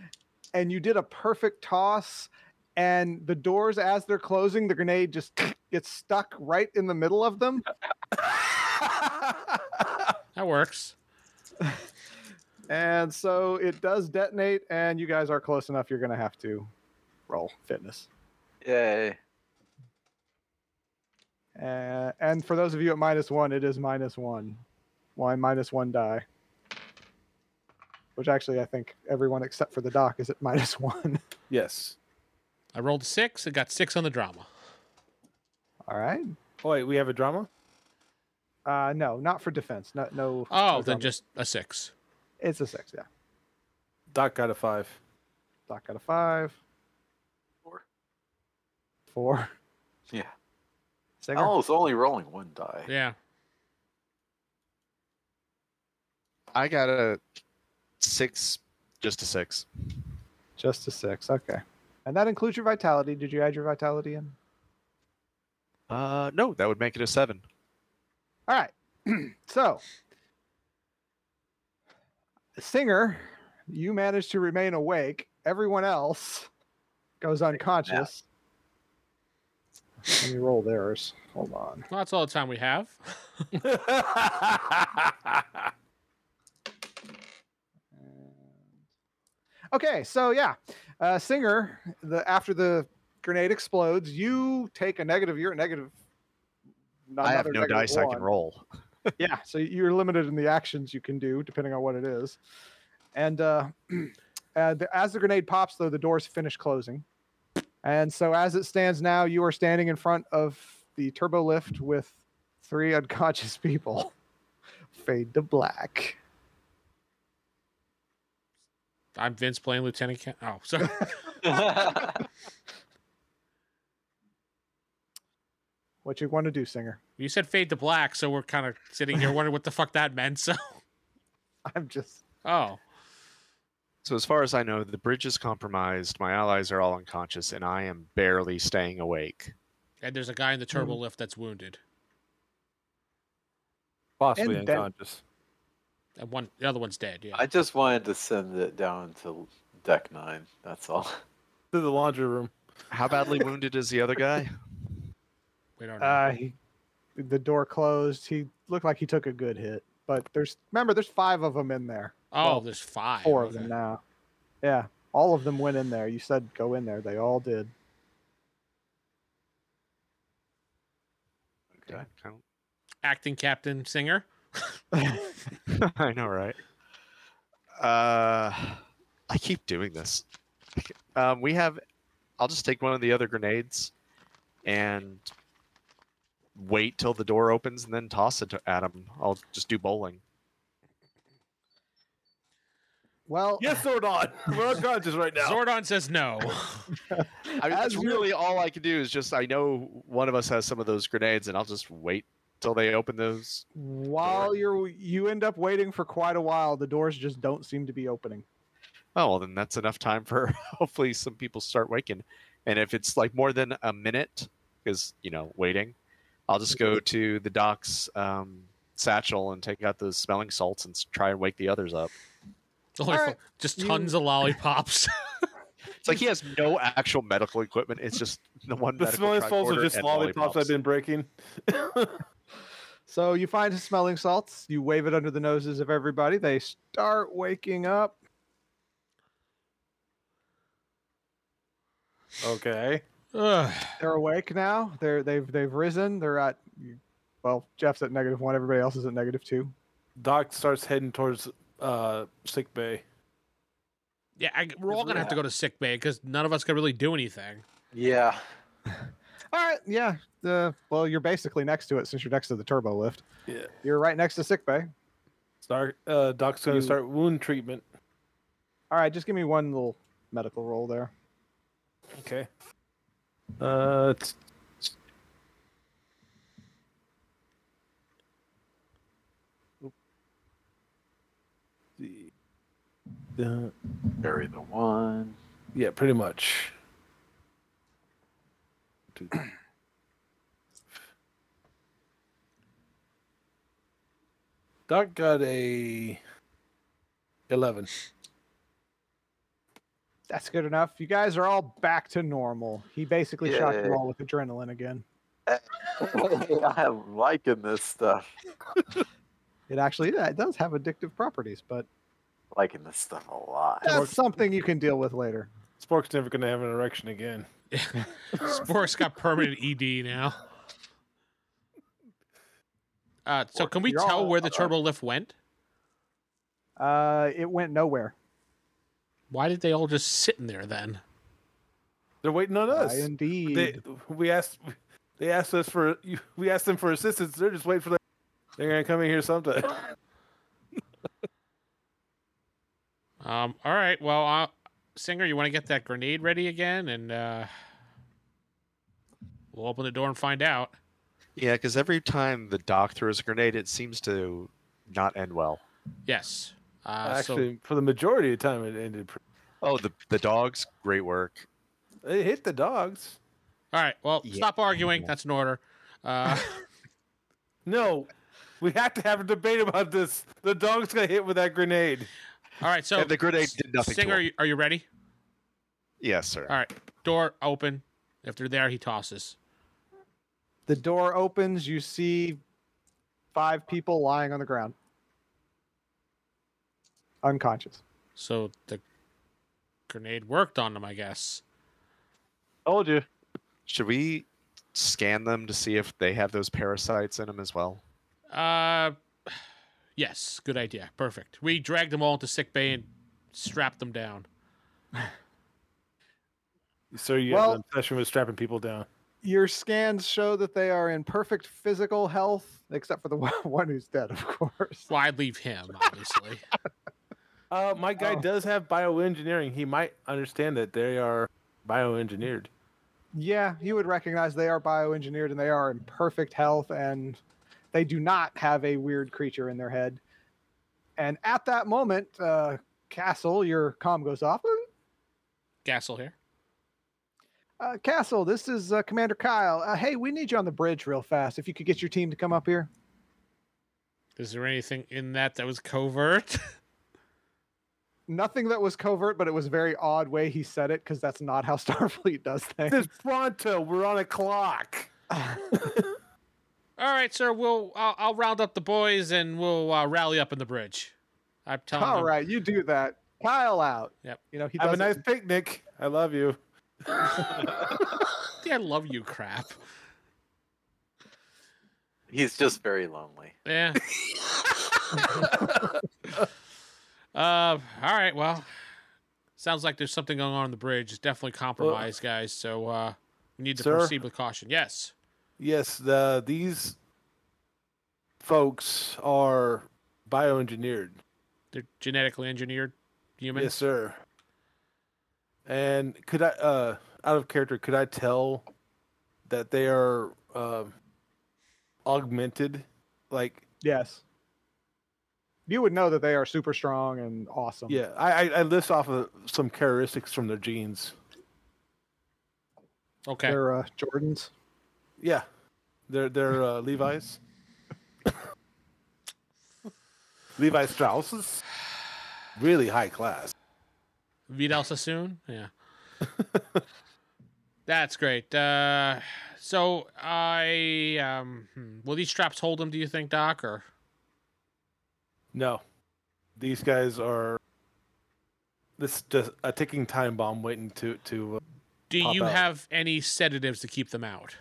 Speaker 2: and you did a perfect toss and the doors as they're closing the grenade just gets stuck right in the middle of them
Speaker 3: That works.
Speaker 2: And so it does detonate, and you guys are close enough. You're going to have to roll fitness.
Speaker 5: Yay.
Speaker 2: Uh, and for those of you at minus one, it is minus one. Why minus one die? Which actually, I think everyone except for the doc is at minus one.
Speaker 6: Yes.
Speaker 3: I rolled a six. I got six on the drama.
Speaker 2: All right.
Speaker 6: Oh, wait, we have a drama?
Speaker 2: Uh, no, not for defense. No, no. no
Speaker 3: Oh, then
Speaker 2: drama.
Speaker 3: just a six.
Speaker 2: it's a six. Yeah.
Speaker 6: Doc got a 5.
Speaker 2: Doc got a five.
Speaker 5: Four.
Speaker 2: Four.
Speaker 5: Yeah.
Speaker 2: Singer.
Speaker 5: Oh, it's only rolling one die.
Speaker 3: Yeah.
Speaker 4: I got a six, just a six.
Speaker 2: Just a six. Okay. And that includes your vitality. Did you add your vitality in?
Speaker 4: Uh, no, that would make it a seven.
Speaker 2: All right. so, Singer, you manage to remain awake. Everyone else goes unconscious. Let me roll theirs. Hold on.
Speaker 3: Well, that's all the time we have.
Speaker 2: Okay, so yeah, uh, Singer, the after the grenade explodes, you take a negative. You're a negative.
Speaker 4: I have
Speaker 2: another
Speaker 4: no
Speaker 2: negative
Speaker 4: dice I
Speaker 2: one.
Speaker 4: can roll.
Speaker 2: yeah so you're limited in the actions you can do depending on what it is and uh, uh the, as the grenade pops though the doors finish closing and so as it stands now you are standing in front of the turbo lift with three unconscious people fade to black
Speaker 3: I'm Vince playing Lieutenant. Ken- oh, sorry.
Speaker 2: what you want to do singer
Speaker 3: you said fade to black, so we're kind of sitting here wondering what the fuck that meant. So,
Speaker 2: i'm just
Speaker 3: oh,
Speaker 4: So as far as I know, the bridge is compromised. My allies are all unconscious, and I am barely staying awake.
Speaker 3: and there's a guy in the
Speaker 2: Mm-hmm.
Speaker 3: turbo lift that's wounded,
Speaker 6: Possibly
Speaker 2: And then-
Speaker 6: unconscious.
Speaker 3: and one the other one's dead. Yeah.
Speaker 5: I just wanted to send it down to deck nine. That's all.
Speaker 6: To the laundry room.
Speaker 4: How badly wounded is the other guy?
Speaker 3: we don't know.
Speaker 2: uh he, the door closed he looked like he took a good hit but there's remember there's five of them in there
Speaker 3: oh,
Speaker 2: well,
Speaker 3: there's five.
Speaker 2: four of
Speaker 3: Okay.
Speaker 2: them now. Yeah, all of them went in there. You said go in there. They all did.
Speaker 4: Did I count?
Speaker 3: Acting captain singer.
Speaker 4: I know, right? Uh, I keep doing this. Um, we have. I'll just take one of the other grenades, and wait till the door opens, and then toss it to- at him. I'll just do bowling.
Speaker 2: Well,
Speaker 6: Yes or not? We're unconscious right now.
Speaker 3: Zordon says no.
Speaker 4: I mean, that's
Speaker 2: As you're-
Speaker 4: really all I can do is just. I know one of us has some of those grenades, and I'll just wait till they open those.
Speaker 2: while you're you end up waiting for quite a while, the doors just don't seem to be opening.
Speaker 4: Oh well, then that's enough time for hopefully some people start waking. And if it's like more than a minute, because you know waiting, I'll just go
Speaker 6: Mm-hmm.
Speaker 4: to the doc's um, satchel and take out those smelling salts and s- try and wake the others up.
Speaker 3: It's only
Speaker 2: All
Speaker 3: fu-
Speaker 2: right,
Speaker 3: Just
Speaker 2: you-
Speaker 3: tons of lollipops.
Speaker 4: It's like he has no actual medical equipment. It's just the one.
Speaker 6: The
Speaker 4: medical
Speaker 6: smelling salts
Speaker 4: tricorder
Speaker 6: are just
Speaker 4: and
Speaker 6: lollipops I've
Speaker 4: lollipops.
Speaker 6: been breaking.
Speaker 2: So you find his smelling salts. You wave it under the noses of everybody. They start waking up.
Speaker 6: Okay.
Speaker 3: Ugh.
Speaker 2: They're awake now. They're they've they've risen. They're at well, Jeff's at negative one. Everybody else is at negative two.
Speaker 6: Doc starts heading towards uh, sick bay.
Speaker 3: Yeah, I, we're all gonna have to go to sick bay because none of us can really do anything.
Speaker 5: Yeah.
Speaker 2: All right, yeah. Uh, well, you're basically next to it since you're next to the turbo lift.
Speaker 6: Yeah.
Speaker 2: You're right next to sick bay.
Speaker 6: Start, uh, Doc's going
Speaker 2: You-
Speaker 6: to start wound treatment.
Speaker 2: All right, just give me one little medical roll there.
Speaker 6: Okay. Uh, it's- The- the-
Speaker 5: Bury the one.
Speaker 6: uh, yeah, pretty much. Two- Doc got a eleven.
Speaker 2: That's good enough. You guys are all back to normal. He basically shot
Speaker 5: Yay.
Speaker 2: you all with adrenaline again.
Speaker 5: I'm liking this stuff.
Speaker 2: It actually yeah, it does have addictive properties, but
Speaker 5: Liking this stuff a lot.
Speaker 2: that's something you can deal with later.
Speaker 6: Spork's never gonna have an erection again.
Speaker 3: Spork's got permanent ED now. Uh, so can we
Speaker 2: You're
Speaker 3: tell
Speaker 2: all-
Speaker 3: where the turbo lift went?
Speaker 2: Uh, it went nowhere.
Speaker 3: Why did they all just sit in there then?
Speaker 6: They're waiting on us.
Speaker 2: Aye, Uh, indeed.
Speaker 6: they we asked they asked us for we asked them for assistance they're just waiting for that they're gonna come in here sometime
Speaker 3: Um, all right. Well, uh, Singer, you want to get that grenade ready again, and uh, we'll open the door and find out.
Speaker 4: Yeah, because every time the doc throws a grenade, it seems to not end well.
Speaker 3: Yes. Uh,
Speaker 6: actually for the majority of the time it ended pre-
Speaker 4: Oh, the the dogs, great work.
Speaker 6: it hit the dogs
Speaker 3: so, all right. Well,
Speaker 4: Yeah.
Speaker 3: stop arguing. That's an order. Uh,
Speaker 6: no we have to have a debate about this the dog's got hit with that grenade
Speaker 3: all right. So
Speaker 4: and the grenade did nothing.
Speaker 3: Singer,
Speaker 4: to
Speaker 3: are
Speaker 4: him.
Speaker 3: you, are you ready?
Speaker 4: Yes, sir.
Speaker 3: All right. Door open. If they're there, he tosses.
Speaker 2: The door opens. You see five people lying on the ground, unconscious.
Speaker 3: So the grenade worked on them, I guess.
Speaker 6: told you
Speaker 4: Should we scan them to see if they have those parasites in them as well?
Speaker 3: Uh, yes. Good idea. Perfect. We dragged them all into sick bay and strapped them down.
Speaker 6: sir you
Speaker 2: Well-
Speaker 6: have an obsession with strapping people down
Speaker 2: Your scans show that they are in perfect physical health, except for the one- one who's dead, of course.
Speaker 3: Well, I'd leave him, obviously.
Speaker 6: uh my guy
Speaker 2: Oh.
Speaker 6: does have bioengineering he might understand that they are bioengineered
Speaker 2: Yeah, you would recognize they are bioengineered and they are in perfect health and they do not have a weird creature in their head. And at that moment, uh, Castle, your comm goes off.
Speaker 3: Gasol here.
Speaker 2: Uh, Castle, this is uh, Commander Kyle. Uh, hey, we need you on the bridge real fast. If you could get your team to come up here.
Speaker 3: Is there anything in that that was covert?
Speaker 2: Nothing that was covert, but it was a very odd way he said it because that's not how Starfleet does
Speaker 6: this
Speaker 2: things.
Speaker 6: is pronto we're on a clock
Speaker 3: All right, sir. We'll I'll, I'll round up the boys and we'll uh, rally up in the bridge. I'm telling
Speaker 2: All
Speaker 3: them-
Speaker 2: right, you do that. Kyle out.
Speaker 3: Yep.
Speaker 2: You know he
Speaker 6: have a
Speaker 2: does
Speaker 6: nice picnic i love you
Speaker 3: Yeah, I love you, crap.
Speaker 5: He's just very lonely.
Speaker 3: Yeah. uh, all right. Well, sounds like there's something going on in the bridge. It's definitely compromised, guys. So uh, we need to
Speaker 6: Sir?
Speaker 3: proceed with caution. Yes.
Speaker 6: Yes, the these folks are bioengineered.
Speaker 3: They're genetically engineered humans.
Speaker 6: Yes, sir. And could I uh out of character, could I tell that they are um augmented? Like
Speaker 2: Yes. You would know that they are super strong and awesome.
Speaker 6: yeah, I I, I list off of some characteristics from their genes.
Speaker 3: Okay.
Speaker 2: They're uh, Jordans.
Speaker 6: Yeah. They're they're uh, Levi's. Levi Strauss is really high class.
Speaker 3: Vidal Sassoon. Yeah. That's great. Uh, so I um, hmm, will these straps hold him? Do you think, Doc? Or
Speaker 6: No, these guys are. This is just a ticking time bomb waiting to to. uh,
Speaker 3: do
Speaker 6: Pop
Speaker 3: you
Speaker 6: out.
Speaker 3: have any sedatives to keep them out?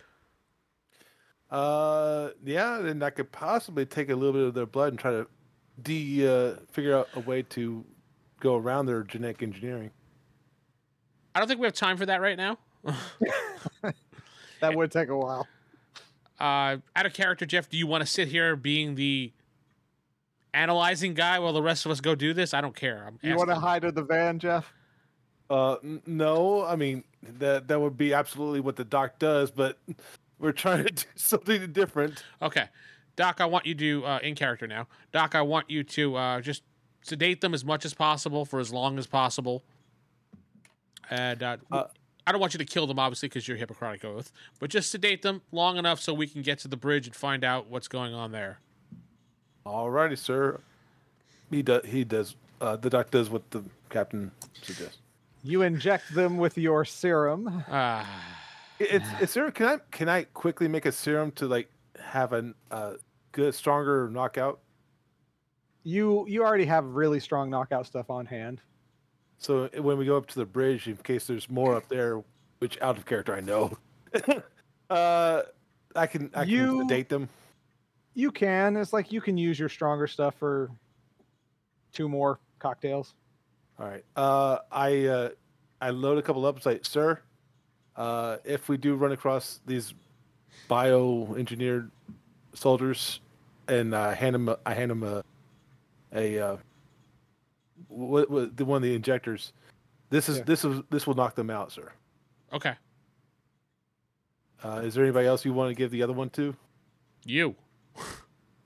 Speaker 6: Uh, uh, yeah, and I could possibly take a little bit of their blood and try to de uh, figure out a way to go around their genetic engineering.
Speaker 3: I don't think we have time for that right now.
Speaker 2: That would take a while.
Speaker 3: Uh, out of character, Jeff. Do you want to sit here being the analyzing guy while the rest of us go do this? I don't care. I'm
Speaker 2: You want to
Speaker 3: asking.
Speaker 2: hide in the van, Jeff?
Speaker 6: Uh, n- no, I mean that that would be absolutely what the doc does, but we're trying to do something different.
Speaker 3: Okay, Doc. I want you to uh, in character now. Doc, I want you to uh, just sedate them as much as possible for as long as possible. And uh,
Speaker 6: Uh,
Speaker 3: I don't want you to kill them, obviously, because you're Hippocratic oath. But just sedate them long enough so we can get to the bridge and find out what's going on there.
Speaker 6: Alrighty, sir. He does. He does. Uh, the doc does what the captain suggests.
Speaker 2: You inject them with your serum.
Speaker 3: Uh,
Speaker 6: I- It's it's serum. Can I can I quickly make a serum to like have a uh, good stronger knockout?
Speaker 2: You you already have really strong knockout stuff on hand.
Speaker 6: So eh, when we go up to the bridge, in case there's more up there, which out of character I know, uh, I can I can
Speaker 2: You-
Speaker 6: sedate them.
Speaker 2: You can. It's like you can use your stronger stuff for two more cocktails.
Speaker 6: All right. Uh, I uh, I load a couple up. It's like, sir, uh, if we do run across these bioengineered soldiers, and uh, hand them, I hand them a a uh, what, what, the one of the injectors. This is
Speaker 2: Yeah.
Speaker 6: this is this will knock them out, sir.
Speaker 3: okay,
Speaker 6: Uh, is there anybody else you want to give the other one to?
Speaker 3: you.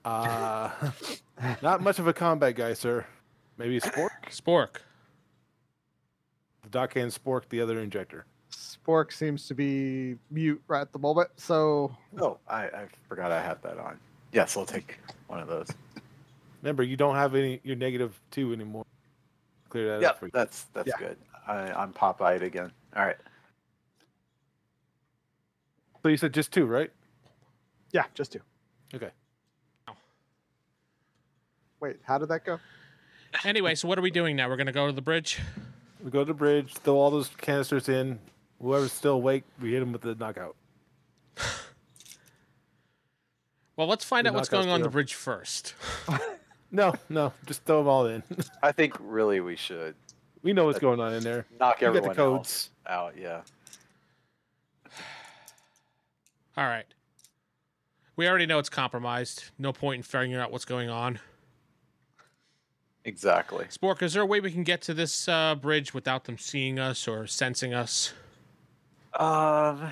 Speaker 6: Uh, not much of a combat guy, sir. Maybe Spork.
Speaker 3: Spork.
Speaker 6: The doc and Spork, the other injector.
Speaker 2: Spork seems to be mute right at the moment, so
Speaker 5: Oh, I, I forgot I had that on. Yes, I'll take one of those.
Speaker 6: Remember, you don't have any. You're negative two anymore. Clear that
Speaker 5: Yeah,
Speaker 6: up for you.
Speaker 5: that's that's good. I, I'm Popeyed again. All right.
Speaker 6: So you said just two, right?
Speaker 2: yeah, just two.
Speaker 6: Okay.
Speaker 2: Wait, how did that go?
Speaker 3: Anyway, so what are we doing now? We're gonna go to the bridge.
Speaker 6: We go to the bridge, throw all those canisters in. Whoever's still awake, we hit him with the knockout.
Speaker 3: Well, let's find
Speaker 6: The
Speaker 3: out what's
Speaker 6: knockout's
Speaker 3: going on the
Speaker 6: terrible.
Speaker 3: bridge first.
Speaker 6: No, no, just throw them all in.
Speaker 5: I think really we should
Speaker 6: we know what's going on in there.
Speaker 5: knock
Speaker 6: You got
Speaker 5: everyone
Speaker 6: the codes.
Speaker 5: else out. Yeah.
Speaker 3: All right. We already know it's compromised. No point in figuring out what's going on.
Speaker 5: Exactly.
Speaker 3: Spork, is there a way we can get to this uh, bridge without them seeing us or sensing us?
Speaker 5: Um,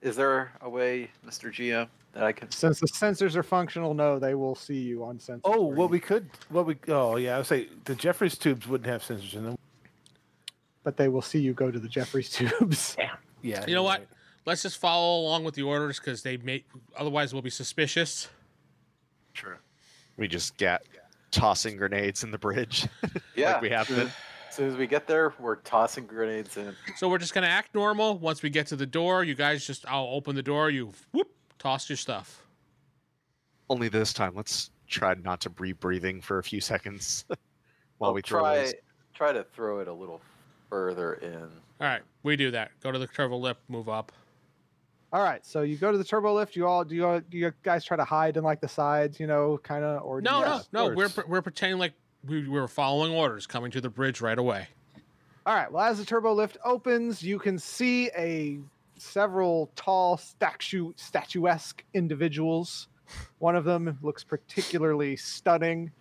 Speaker 5: is there a way, Mr. GM, that I can?
Speaker 2: Since the sensors are functional, no, they will see you on sensors.
Speaker 6: Oh,
Speaker 2: for
Speaker 6: what
Speaker 2: you,
Speaker 6: we could, what we, oh yeah, I would say the Jeffries tubes wouldn't have sensors in them.
Speaker 2: but they will see you go to the Jeffries tubes.
Speaker 6: Yeah.
Speaker 3: You know
Speaker 6: you're
Speaker 3: what?
Speaker 6: right.
Speaker 3: Let's just follow along with the orders because they may otherwise we'll be suspicious.
Speaker 5: Sure.
Speaker 4: We just got tossing grenades in the bridge.
Speaker 5: Yeah.
Speaker 4: like we have been.
Speaker 5: As soon as we get there, we're tossing grenades in.
Speaker 3: So we're just gonna act normal. Once we get to the door, you guys just I'll open the door. You whoop toss your stuff.
Speaker 4: Only this time, let's try not to be breathing for a few seconds while
Speaker 5: I'll
Speaker 4: we throw
Speaker 5: try
Speaker 4: those.
Speaker 5: try to throw it a little further in.
Speaker 3: All right, we do that. Go to the turbo lip, move up.
Speaker 2: All right, so you go to the turbo lift. You all do you, all, do you guys try to hide in like the sides, you know, kind of or do
Speaker 3: No,
Speaker 2: you
Speaker 3: no,
Speaker 2: just-
Speaker 3: no.
Speaker 6: course.
Speaker 3: We're we're pretending like we were following orders, coming to the bridge right away.
Speaker 2: All right. Well, as the turbo lift opens, you can see a several tall statue statuesque individuals. One of them looks particularly stunning.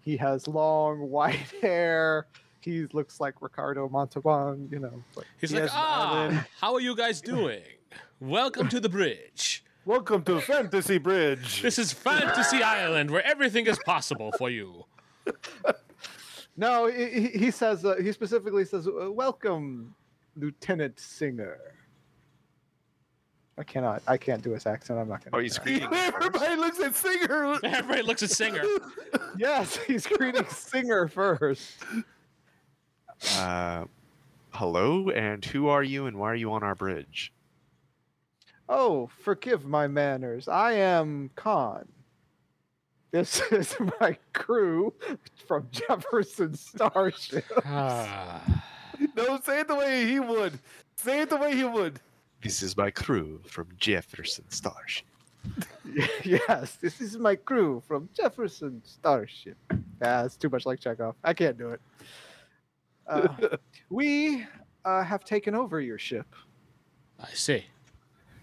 Speaker 2: He has long white hair. He looks like Ricardo Montalban, you know. Like,
Speaker 3: He's
Speaker 6: He
Speaker 3: like,
Speaker 6: has an
Speaker 3: ah,
Speaker 6: island."
Speaker 3: how are you guys doing? Welcome to the bridge.
Speaker 6: Welcome to Fantasy Bridge.
Speaker 3: This is Fantasy Island, where everything is possible for you.
Speaker 2: no, he, he- he says uh, he specifically says, "Uh, "Welcome, Lieutenant Singer." I cannot. I can't do his accent. I'm not gonna.
Speaker 4: Oh,
Speaker 2: do
Speaker 4: he's
Speaker 2: that.
Speaker 4: greeting.
Speaker 6: Everybody looks at Singer.
Speaker 3: Everybody looks at Singer.
Speaker 2: Yes, he's greeting Singer first.
Speaker 4: Uh, hello, and who are you, and why are you on our bridge?
Speaker 2: Oh, forgive my manners. I am Khan. This is my crew from Jefferson Starship.
Speaker 3: Ah.
Speaker 6: No, say it the way he would. Say it the way he would.
Speaker 4: This is my crew from Jefferson Starship.
Speaker 2: yes, this is my crew from Jefferson Starship. Yeah, it's too much like Chekhov. I can't do it. Uh, we uh, have taken over your ship,
Speaker 3: I see.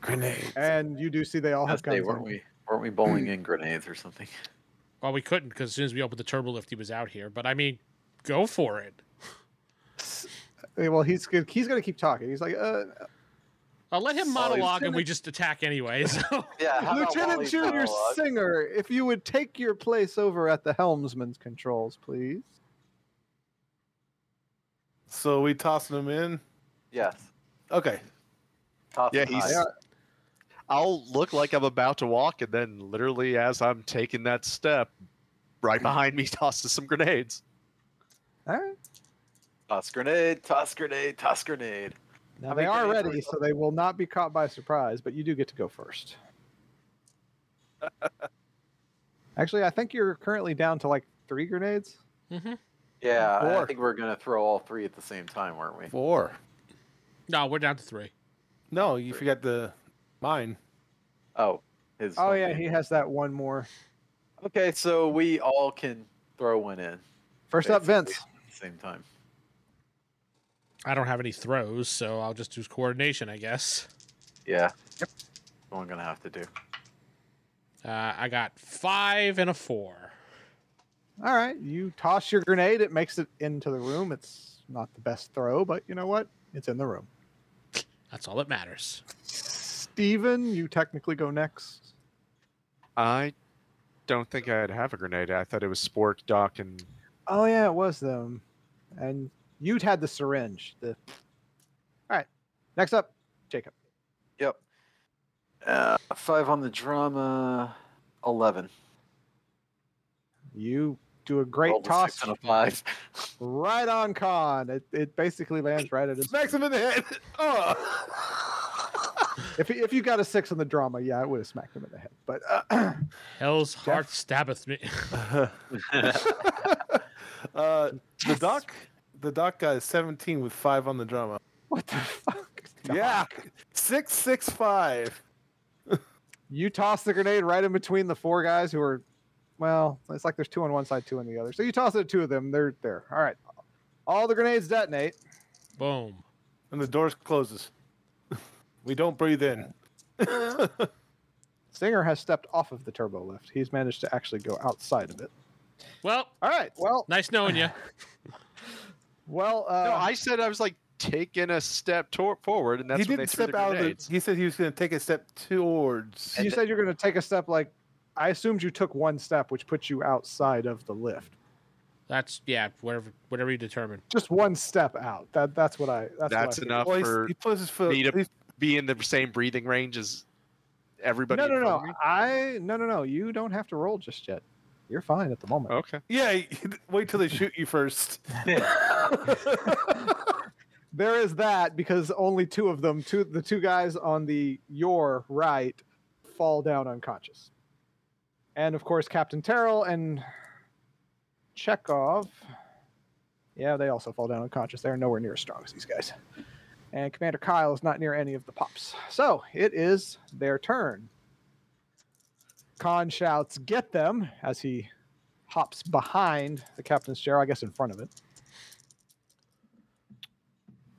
Speaker 6: Grenade.
Speaker 2: and you do see they all
Speaker 5: Yes,
Speaker 2: have
Speaker 5: they
Speaker 2: guns.
Speaker 5: weren't
Speaker 2: on.
Speaker 5: we weren't we bowling in grenades or something?
Speaker 3: Well, we couldn't because as soon as we opened the turbo lift, he was out here. But I mean, go for it.
Speaker 2: Uh, Well, he's good. He's gonna keep talking. He's like, uh,
Speaker 3: Uh, let him
Speaker 5: Oh,
Speaker 3: monologue and
Speaker 2: Lieutenant-
Speaker 3: we just attack anyway. So
Speaker 5: Yeah, how about
Speaker 2: Lieutenant
Speaker 5: Wally's
Speaker 2: Junior
Speaker 5: monologue?
Speaker 2: Singer, if you would take your place over at the helmsman's controls, please.
Speaker 6: So we tossing him in.
Speaker 5: Yes.
Speaker 6: Okay.
Speaker 5: Toss
Speaker 4: Yeah,
Speaker 5: and
Speaker 4: he's.
Speaker 5: hide.
Speaker 4: I'll look like I'm about to walk, and then literally as I'm taking that step, right behind me tosses some grenades.
Speaker 2: All right.
Speaker 5: toss grenade, toss grenade, toss grenade.
Speaker 2: Now
Speaker 5: How
Speaker 2: they
Speaker 5: many
Speaker 2: are
Speaker 5: grenades are
Speaker 2: ready,
Speaker 5: we
Speaker 2: so they will not be caught by surprise. But you do get to go first. Actually, I think you're currently down to like three grenades.
Speaker 5: Yeah, and I
Speaker 6: Four.
Speaker 5: think we're gonna throw all three at the same time, weren't we?
Speaker 6: Four.
Speaker 3: no, we're down to three.
Speaker 6: No, you forgot the mine.
Speaker 5: Oh, his.
Speaker 2: Oh
Speaker 5: one
Speaker 2: yeah,
Speaker 5: name.
Speaker 2: he has that one more.
Speaker 5: Okay, so we all can throw one in at
Speaker 2: First up,
Speaker 5: Basically.
Speaker 2: Vince.
Speaker 5: the same time.
Speaker 3: I don't have any throws, so I'll just use coordination, I guess.
Speaker 5: Yeah. Yep. I'm gonna have to do.
Speaker 3: Uh, I got five and a four.
Speaker 2: All right, you toss your grenade. It makes it into the room. It's not the best throw, but you know what? It's in the room.
Speaker 3: That's all that matters.
Speaker 2: Steven, you technically go next.
Speaker 4: I don't think I'd have a grenade. I thought it was Spork, Doc, and
Speaker 2: Oh yeah, it was them. And you'd had the syringe. The... All right. Next up, Jacob.
Speaker 5: Yep. Uh, five on the drama. Eleven.
Speaker 2: You do a great
Speaker 5: Rolled a
Speaker 2: toss
Speaker 5: six and a five.
Speaker 2: right on Khan. It, it basically lands right at his.
Speaker 6: Smacks him in the head. Oh.
Speaker 2: If if you got a six on the drama, yeah, I would have smacked him in the head. But uh,
Speaker 3: Hell's heart stabbeth me.
Speaker 6: Uh, the doc, the doc got a 17 with five on the drama.
Speaker 2: what the fuck?
Speaker 6: Yeah, six six five.
Speaker 2: You toss the grenade right in between the four guys who are, well, it's like there's two on one side, two on the other. So you toss it at two of them. They're there. All right. All the grenades detonate.
Speaker 3: Boom.
Speaker 6: And the doors closes. We don't breathe in.
Speaker 2: Singer has stepped off of the turbo lift. He's managed to actually go outside of it.
Speaker 3: Well,
Speaker 2: All right. Well,
Speaker 3: nice knowing you.
Speaker 2: well. Uh,
Speaker 4: no, I said I was like taking a step tor- forward, and that's
Speaker 6: he
Speaker 4: when they
Speaker 6: didn't
Speaker 4: threw the
Speaker 6: step out. Of
Speaker 4: grenades.
Speaker 6: the, he said he was going to take a step towards.
Speaker 2: you said you're going to take a step. Like, I assumed you took one step, which puts you outside of the lift.
Speaker 3: That's yeah, whatever whatever you determine.
Speaker 2: Just one step out. That that's what I. That's, what
Speaker 4: That's
Speaker 2: I figured.
Speaker 4: enough
Speaker 6: Well, he's-
Speaker 4: for
Speaker 6: he puts his foot.
Speaker 4: me to-
Speaker 6: he's-
Speaker 4: be in the same breathing range as everybody.
Speaker 2: No,
Speaker 4: in
Speaker 2: no,
Speaker 4: front
Speaker 2: no. I no, no, no. You don't have to roll just yet. You're fine at the moment.
Speaker 4: of me? Okay.
Speaker 6: yeah, he- wait till they shoot you first.
Speaker 2: There is that because only two of them, two the two guys on the your right, fall down unconscious, and of course Captain Terrell and Chekhov. Yeah, they also fall down unconscious. They are nowhere near as strong as these guys. And Commander Kyle is not near any of the pops. So it is their turn. Khan shouts, "Get them!" as he hops behind the captain's chair. I guess in front of it.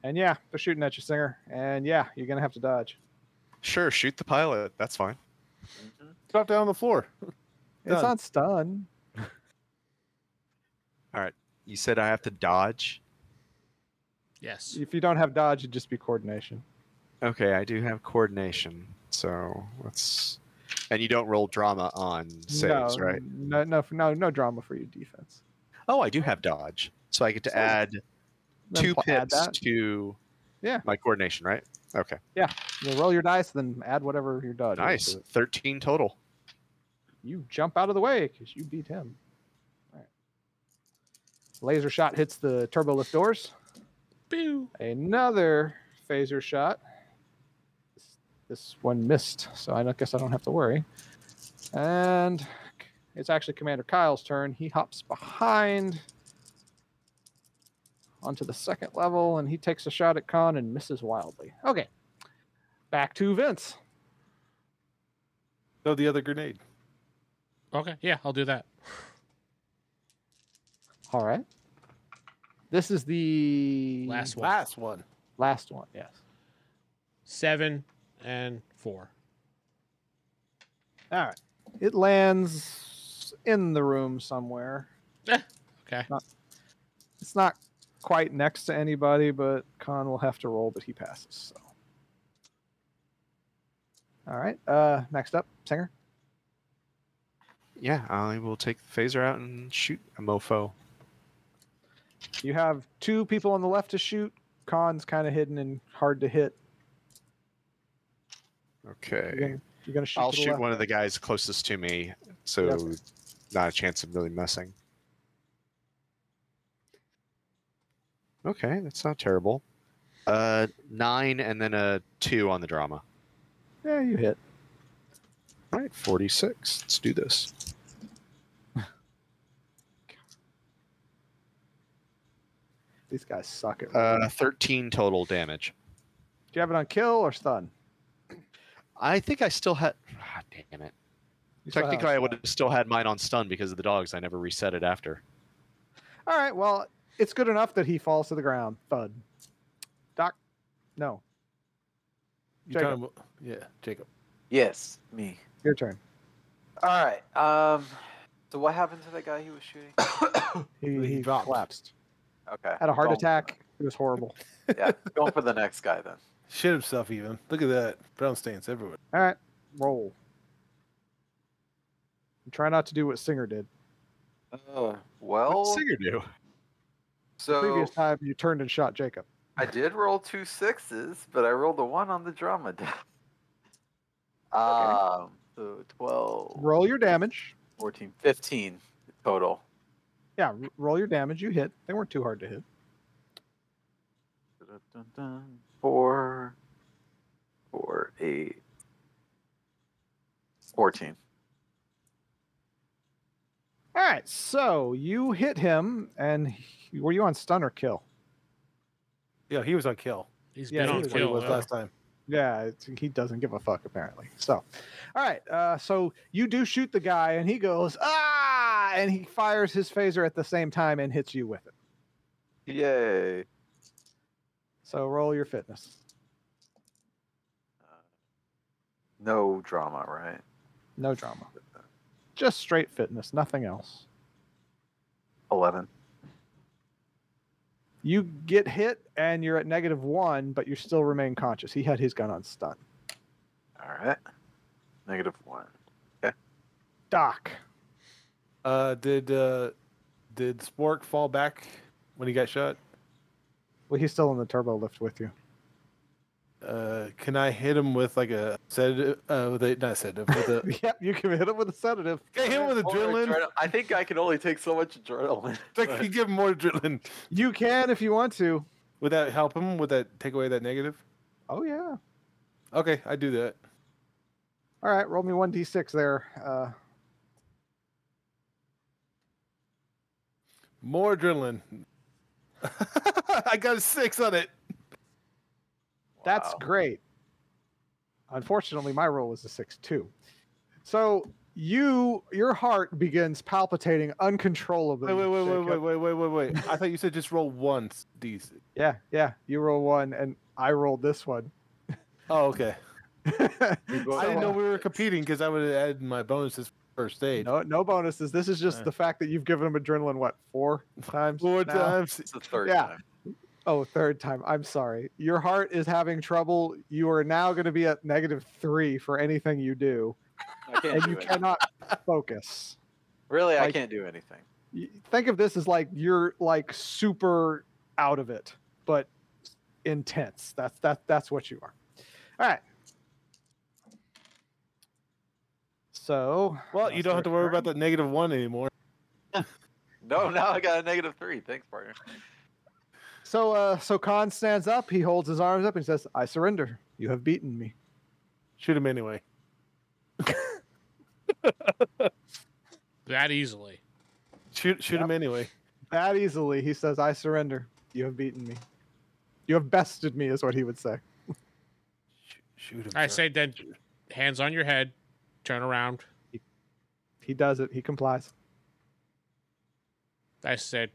Speaker 2: And yeah, they're shooting at you, Singer. And yeah, you're gonna have to dodge.
Speaker 4: Sure, shoot the pilot. That's fine.
Speaker 6: Drop down on the floor.
Speaker 2: It's
Speaker 6: Done.
Speaker 2: on stun.
Speaker 4: You said I have to dodge.
Speaker 3: Yes.
Speaker 2: If you don't have dodge, it'd just be coordination.
Speaker 4: Okay, I do have coordination, so let's. And you don't roll drama on saves,
Speaker 2: no,
Speaker 4: right?
Speaker 2: No, no, no, no drama for your defense.
Speaker 4: Oh, I do have dodge, so I get to add
Speaker 2: Then
Speaker 4: two
Speaker 2: pl- add
Speaker 4: pips
Speaker 2: that.
Speaker 4: to
Speaker 2: Yeah.
Speaker 4: my coordination, right? Okay,
Speaker 2: You roll your dice, then add whatever your dodge. is
Speaker 4: nice.
Speaker 2: to it.
Speaker 4: Thirteen total.
Speaker 2: You jump out of the way because you beat him. All right. Laser shot hits the turbo lift doors.
Speaker 3: Boo.
Speaker 2: Another phaser shot. This, this one missed, so I don't- guess I don't have to worry. And it's actually Commander Kyle's turn. He hops behind onto the second level, and he takes a shot at Khan and misses wildly. Okay, back to Vince.
Speaker 6: No, the other grenade.
Speaker 3: Okay, yeah, I'll do that.
Speaker 2: All right. This is the
Speaker 3: Last one.
Speaker 6: Last one.
Speaker 2: last one. Yes.
Speaker 3: Seven and four.
Speaker 2: All right. It lands in the room somewhere.
Speaker 3: Okay.
Speaker 2: It's not quite next to anybody, but Khan will have to roll, but he passes. So. All right. Uh, next up, Singer.
Speaker 4: Yeah, I will take the phaser out and shoot a mofo.
Speaker 2: You have two people on the left to shoot. Khan's kind of hidden and hard to hit. You're
Speaker 4: Okay.
Speaker 2: gonna, you're gonna shoot.
Speaker 4: I'll
Speaker 2: to the
Speaker 4: shoot
Speaker 2: left.
Speaker 4: one of the guys closest to me, so
Speaker 2: Yep.
Speaker 4: not a chance of really messing. Okay, that's not terrible. Uh, nine and then a two on the drama.
Speaker 2: Yeah, you hit.
Speaker 4: All right, 46. Let's do this.
Speaker 2: These guys suck at. rolling.
Speaker 4: Uh, 13 total damage.
Speaker 2: Do you have it on kill or stun?
Speaker 4: I think I still had. Ah, damn it.
Speaker 2: You still have it
Speaker 4: Technically,
Speaker 2: on
Speaker 4: I
Speaker 2: stun.
Speaker 4: would have still had mine on stun because of the dogs. I never reset it after.
Speaker 2: All right. Well, it's good enough that he falls to the ground. Thud. Doc. No,
Speaker 6: You
Speaker 2: Jacob.
Speaker 6: talking about- yeah, Jacob.
Speaker 5: Yes, me.
Speaker 2: your turn.
Speaker 5: All right. Um. So what happened to that guy he was shooting?
Speaker 2: He,
Speaker 6: He
Speaker 2: he
Speaker 6: dropped.
Speaker 2: collapsed.
Speaker 5: Okay.
Speaker 2: Had a heart
Speaker 5: Going-
Speaker 2: attack. It was horrible.
Speaker 5: Yeah. Going for the next guy then.
Speaker 6: Shit himself even. Look at that. Brown stains everywhere.
Speaker 2: All right. Roll. And try not to do what Singer did. Oh,
Speaker 5: Uh, well,
Speaker 4: Singer do?
Speaker 5: so
Speaker 2: Previous time, you turned and shot Jacob.
Speaker 5: I did roll two sixes, but I rolled a one on the drama die. Um, so 12,
Speaker 2: Roll your damage.
Speaker 5: 14, 15 total.
Speaker 2: Yeah, r- roll your damage. You hit. They weren't too hard to hit.
Speaker 5: Dun-dun-dun. Four, four, eight, 14.
Speaker 2: All right. So you hit him, and he- were you on stun or kill?
Speaker 6: Yeah, he was on kill.
Speaker 3: He's
Speaker 2: Yeah,
Speaker 3: been
Speaker 2: he
Speaker 3: on
Speaker 2: was-
Speaker 6: What he
Speaker 3: kill.
Speaker 6: was
Speaker 3: uh,
Speaker 6: last time.
Speaker 2: Yeah, it's, he doesn't give a fuck apparently. So, all right. Uh, so you do shoot the guy, and he goes ah, and he fires his phaser at the same time and hits you with it.
Speaker 5: Yay.
Speaker 2: So roll your fitness.
Speaker 5: No drama, right?
Speaker 2: No drama. Just straight fitness, nothing else.
Speaker 5: 11.
Speaker 2: You get hit, and you're at negative one, but you still remain conscious. He had his gun on stun.
Speaker 5: All right. Negative one.
Speaker 2: Doc,
Speaker 6: Uh, did uh, did Spork fall back when he got shot?
Speaker 2: well, he's still in the turbo lift with you.
Speaker 6: Uh, can I hit him with like a sedative? Uh, with a, not sedative. With a,
Speaker 2: yep, you can hit him with a sedative.
Speaker 6: can I hit him with
Speaker 5: Or
Speaker 6: adrenaline?
Speaker 5: adrenal- I think I can only take so much adrenaline.
Speaker 6: Like, you give him more adrenaline.
Speaker 2: You can if you want to.
Speaker 6: Would that help him? Would that take away that negative?
Speaker 2: Oh yeah.
Speaker 6: Okay, I do that.
Speaker 2: All right, roll me one d6 there. Uh,
Speaker 6: More adrenaline. I got a six on it.
Speaker 2: That's
Speaker 5: Wow.
Speaker 2: great. Unfortunately, my roll was a six two. So you, your heart begins palpitating uncontrollably.
Speaker 6: Wait, wait, wait, wait,
Speaker 2: Jacob.
Speaker 6: wait, wait, wait, wait, wait. I thought you said just roll once, these.
Speaker 2: Yeah, yeah. You roll one, and I rolled this one.
Speaker 6: Oh, okay.
Speaker 5: You
Speaker 2: So,
Speaker 5: go-
Speaker 6: I didn't know
Speaker 2: uh,
Speaker 6: we were competing because I would have added my bonuses first aid.
Speaker 2: No, no bonuses. This is just
Speaker 6: Uh.
Speaker 2: the fact that you've given him adrenaline. What four times?
Speaker 6: Four
Speaker 2: now?
Speaker 6: times.
Speaker 5: It's the third
Speaker 2: Yeah.
Speaker 5: time.
Speaker 2: Oh, third time. I'm sorry. Your heart is having trouble. You are now going to be at negative three for anything you do,
Speaker 5: I can't
Speaker 2: and
Speaker 5: do
Speaker 2: you
Speaker 5: it.
Speaker 2: cannot focus.
Speaker 5: Really, I
Speaker 2: like-
Speaker 5: can't do anything.
Speaker 2: y- think of this as like you're like super out of it, but intense. That's that that's what you are. All right. So
Speaker 6: Well, you don't have to worry about that negative one anymore.
Speaker 5: No, now I got a negative three. Thanks, partner.
Speaker 2: So uh, so Khan stands up. He holds his arms up and says, "I surrender. You have beaten me."
Speaker 6: Shoot him anyway.
Speaker 3: that easily.
Speaker 6: Shoot, shoot him anyway.
Speaker 2: That easily, he says, "I surrender. You have beaten me. You have bested me," is what he would say.
Speaker 6: Sh- Shoot him.
Speaker 3: I
Speaker 6: sir.
Speaker 3: say then, hands on your head, turn around.
Speaker 2: He does it. He complies.
Speaker 3: I said,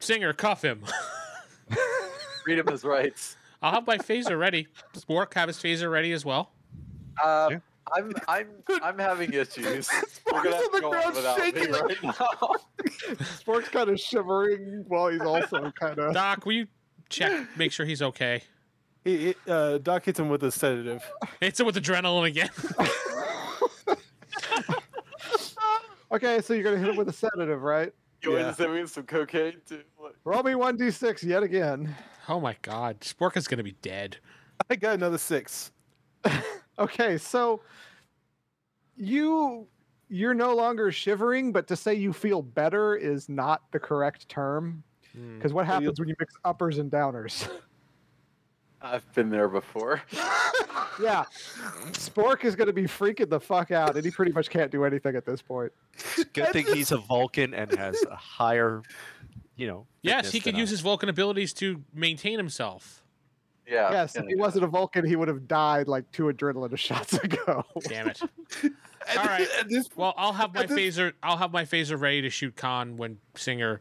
Speaker 3: singer, cuff him.
Speaker 5: Read him his rights.
Speaker 3: I'll have my phaser ready. Spork have his phaser ready as well.
Speaker 5: Uh,
Speaker 2: Yeah.
Speaker 5: I'm I'm I'm having issues. We're
Speaker 2: on
Speaker 5: gonna have
Speaker 2: the
Speaker 5: to go on
Speaker 2: ground
Speaker 5: without me
Speaker 2: shaking like-
Speaker 5: right now.
Speaker 2: Spork's kind of shivering while he's also kind of.
Speaker 3: Doc, will you check, make sure he's okay?
Speaker 6: He- he- uh, Doc hits him with a sedative.
Speaker 3: It's with adrenaline again.
Speaker 2: Okay, so you're gonna hit him with a sedative, right?
Speaker 5: You
Speaker 6: Yeah.
Speaker 5: want to me some cocaine too? What?
Speaker 2: Roll me one d six yet again.
Speaker 3: oh my God, Spork is gonna be dead.
Speaker 6: I got another six.
Speaker 2: Okay, so you you're no longer shivering, but to say you feel better is not the correct term
Speaker 3: Hmm.
Speaker 2: because what
Speaker 6: Well, you-
Speaker 2: happens when you mix uppers and downers?
Speaker 5: I've been there before.
Speaker 2: yeah, Spork is gonna be freaking the fuck out, and he pretty much can't do anything at this point.
Speaker 4: Good thing he's a Vulcan and has a higher, you know.
Speaker 3: Yes,
Speaker 4: fitness
Speaker 3: he could
Speaker 4: than
Speaker 3: use
Speaker 4: I-
Speaker 3: his Vulcan abilities to maintain himself.
Speaker 5: Yeah.
Speaker 2: yes,
Speaker 5: yeah.
Speaker 2: if he wasn't a Vulcan, he would have died like two adrenaline shots ago.
Speaker 3: Damn it.
Speaker 6: At
Speaker 3: All
Speaker 6: this-
Speaker 3: right.
Speaker 6: At this
Speaker 3: Well, I'll have my
Speaker 6: At this-
Speaker 3: phaser. I'll have my phaser ready to shoot Khan when Singer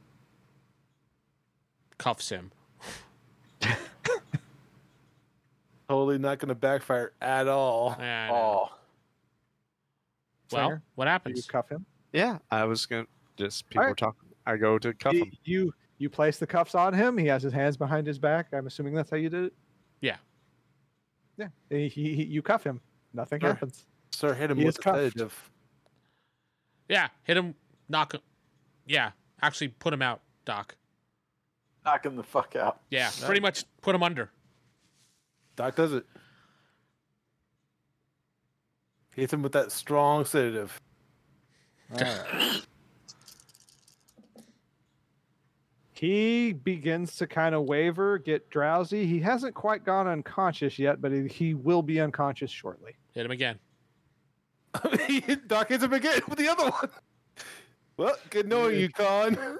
Speaker 3: cuffs him.
Speaker 6: totally not going to backfire at all.
Speaker 3: Eh, I don't know.
Speaker 5: Oh,
Speaker 3: well,
Speaker 2: Singer,
Speaker 3: what
Speaker 2: Do you
Speaker 3: happens?
Speaker 2: cuff him?
Speaker 4: Yeah, I was gonna just people
Speaker 2: Alright.
Speaker 4: were talking. I go to cuff
Speaker 2: You,
Speaker 4: him.
Speaker 2: you you place the cuffs on him. He has his hands behind his back. I'm assuming that's how you did it.
Speaker 3: Yeah.
Speaker 2: Yeah. He, he, he- you cuff him. Nothing
Speaker 6: Sure.
Speaker 2: happens.
Speaker 6: Sir, hit him
Speaker 2: He
Speaker 6: with
Speaker 2: is
Speaker 6: a
Speaker 2: cuffed.
Speaker 6: sedative.
Speaker 3: Yeah, hit him. Knock him. Yeah, actually, put him out, Doc.
Speaker 5: knock him the fuck out.
Speaker 3: Yeah, pretty much put him under.
Speaker 6: Doc does it. Hits him with that strong sedative.
Speaker 2: He begins to kind of waver, get drowsy. He hasn't quite gone unconscious yet, but he, he will be unconscious shortly.
Speaker 3: Hit him again.
Speaker 6: Doc hits him again with the other one. Well, good knowing you, Con.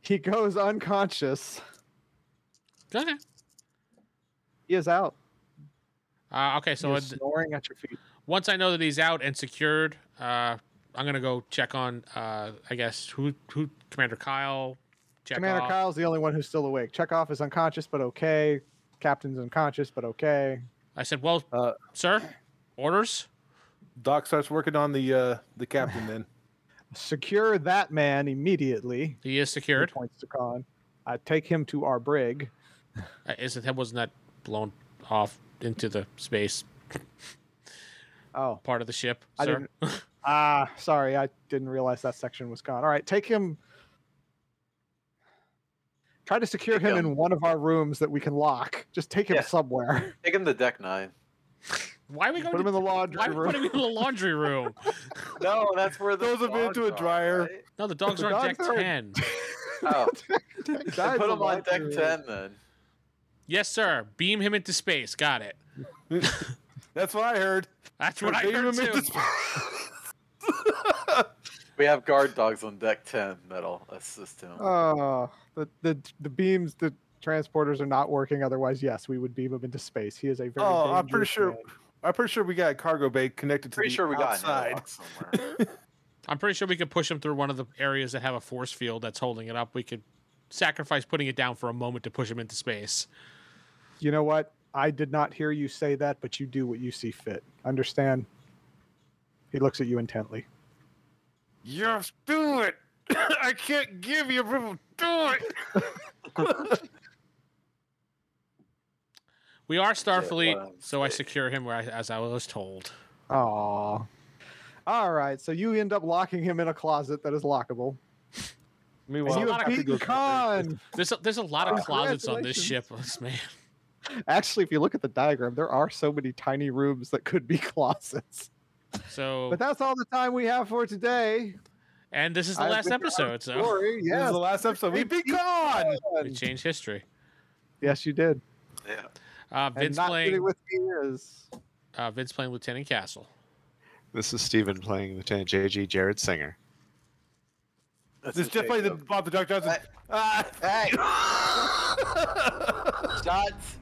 Speaker 2: He goes unconscious.
Speaker 3: Okay.
Speaker 2: He is out.
Speaker 3: Uh, okay,
Speaker 2: So
Speaker 3: so
Speaker 2: he
Speaker 3: uh,
Speaker 2: is snoring at your feet.
Speaker 3: once I know that he's out and secured, uh, I'm gonna go check on. Uh, I guess who who Commander Kyle. Check
Speaker 2: Commander
Speaker 3: off.
Speaker 2: Kyle's the only one who's still awake. Chekhov is unconscious, but okay. Captain's unconscious, but okay.
Speaker 3: I said, "Well,
Speaker 6: Uh,
Speaker 3: sir, orders."
Speaker 6: Doc starts working on the uh, the captain then.
Speaker 2: Secure that man immediately.
Speaker 3: He is
Speaker 2: He
Speaker 3: secured.
Speaker 2: points to Khan. I take him to our brig.
Speaker 3: Uh, Isn't that wasn't that blown off into the space
Speaker 2: Oh,
Speaker 3: part of the ship,
Speaker 2: I
Speaker 3: sir?
Speaker 2: ah, sorry, I didn't realize that section was gone. All right, take him. Try to secure
Speaker 5: Take
Speaker 2: him in
Speaker 5: him.
Speaker 2: one of our rooms that we can lock. Just take him
Speaker 5: Yeah.
Speaker 2: somewhere.
Speaker 5: Take him to deck nine.
Speaker 3: Why are we going?
Speaker 2: Put him
Speaker 3: to,
Speaker 2: in the laundry
Speaker 3: why are we
Speaker 2: room.
Speaker 3: putting him in the laundry room?
Speaker 5: No, that's where the
Speaker 6: Throws him
Speaker 5: dogs
Speaker 6: into a
Speaker 5: are,
Speaker 6: dryer.
Speaker 5: right?
Speaker 3: No, the dogs
Speaker 2: The
Speaker 3: are on deck
Speaker 2: dogs are-
Speaker 3: ten.
Speaker 5: Oh,
Speaker 2: Guys in
Speaker 5: put
Speaker 2: the
Speaker 5: him on deck
Speaker 2: laundry room.
Speaker 5: ten then.
Speaker 3: Yes, sir. Beam him into space. Got it.
Speaker 6: That's what I heard.
Speaker 3: That's what I
Speaker 6: Beam
Speaker 3: heard
Speaker 6: him
Speaker 3: too.
Speaker 6: into
Speaker 5: We have guard dogs on deck ten that'll assist him.
Speaker 2: Oh, the, the the beams, the transporters are not working. Otherwise, yes, we would beam him into space. He is a very.
Speaker 6: Oh, I'm pretty
Speaker 2: dangerous
Speaker 6: sure.
Speaker 2: man.
Speaker 6: I'm pretty sure we got a cargo bay connected to
Speaker 5: Pretty
Speaker 6: the
Speaker 5: sure we got another
Speaker 6: outside.
Speaker 5: one somewhere.
Speaker 3: I'm pretty sure we could push him through one of the areas that have a force field that's holding it up. We could sacrifice putting it down for a moment to push him into space.
Speaker 2: You know what? I did not hear you say that, but you do what you see fit. Understand? He looks at you intently.
Speaker 6: Yes, do it. I can't give you approval. Do it.
Speaker 3: We are Starfleet,
Speaker 5: well,
Speaker 3: so I secure him where I, as I was told.
Speaker 2: Aw. All right, so you end up locking him in a closet that is lockable.
Speaker 6: Meanwhile,
Speaker 2: and you have beaten Khan.
Speaker 3: There's a, there's a lot of
Speaker 2: Wow.
Speaker 3: closets on this ship, man.
Speaker 2: Actually, if you look at the diagram, there are so many tiny rooms that could be closets.
Speaker 3: So
Speaker 6: Oh.
Speaker 2: But that's all the time we have for today.
Speaker 3: and this is the
Speaker 2: I've
Speaker 3: last
Speaker 2: been-
Speaker 3: episode, so
Speaker 2: Sorry,
Speaker 6: This is
Speaker 2: yes.
Speaker 6: the last episode. We beat Khan.
Speaker 3: we
Speaker 2: Khan.
Speaker 3: changed history.
Speaker 2: Yes, you did.
Speaker 5: Yeah.
Speaker 3: Uh,
Speaker 2: And
Speaker 3: Vince
Speaker 2: not sitting
Speaker 3: playing
Speaker 2: with me is
Speaker 3: uh, Vince playing Lieutenant Castle.
Speaker 4: This is Steven playing Lieutenant JG Jared Singer.
Speaker 5: That's
Speaker 6: This is
Speaker 5: a
Speaker 6: definitely the
Speaker 5: takeover.
Speaker 6: Bob the Duck Johnson. Ah,
Speaker 5: Hey! Shots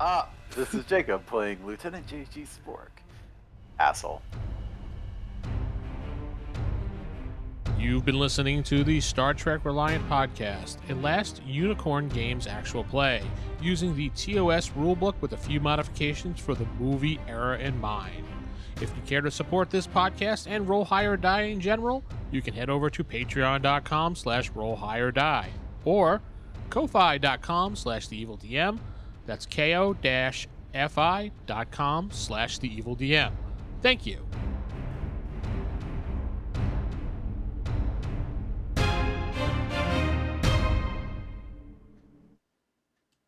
Speaker 5: up. This is Jacob playing Lieutenant JG Spork. Asshole.
Speaker 3: You've been listening to the Star Trek Reliant podcast, a last Unicorn Games actual play, using the TOS rulebook with a few modifications for the movie era in mind. If you care to support this podcast and Roll High or Die in general, you can head over to patreon.com slash roll high or die or ko-fi.com slash the evil DM. That's ko-fi.com slash the evil DM. Thank you.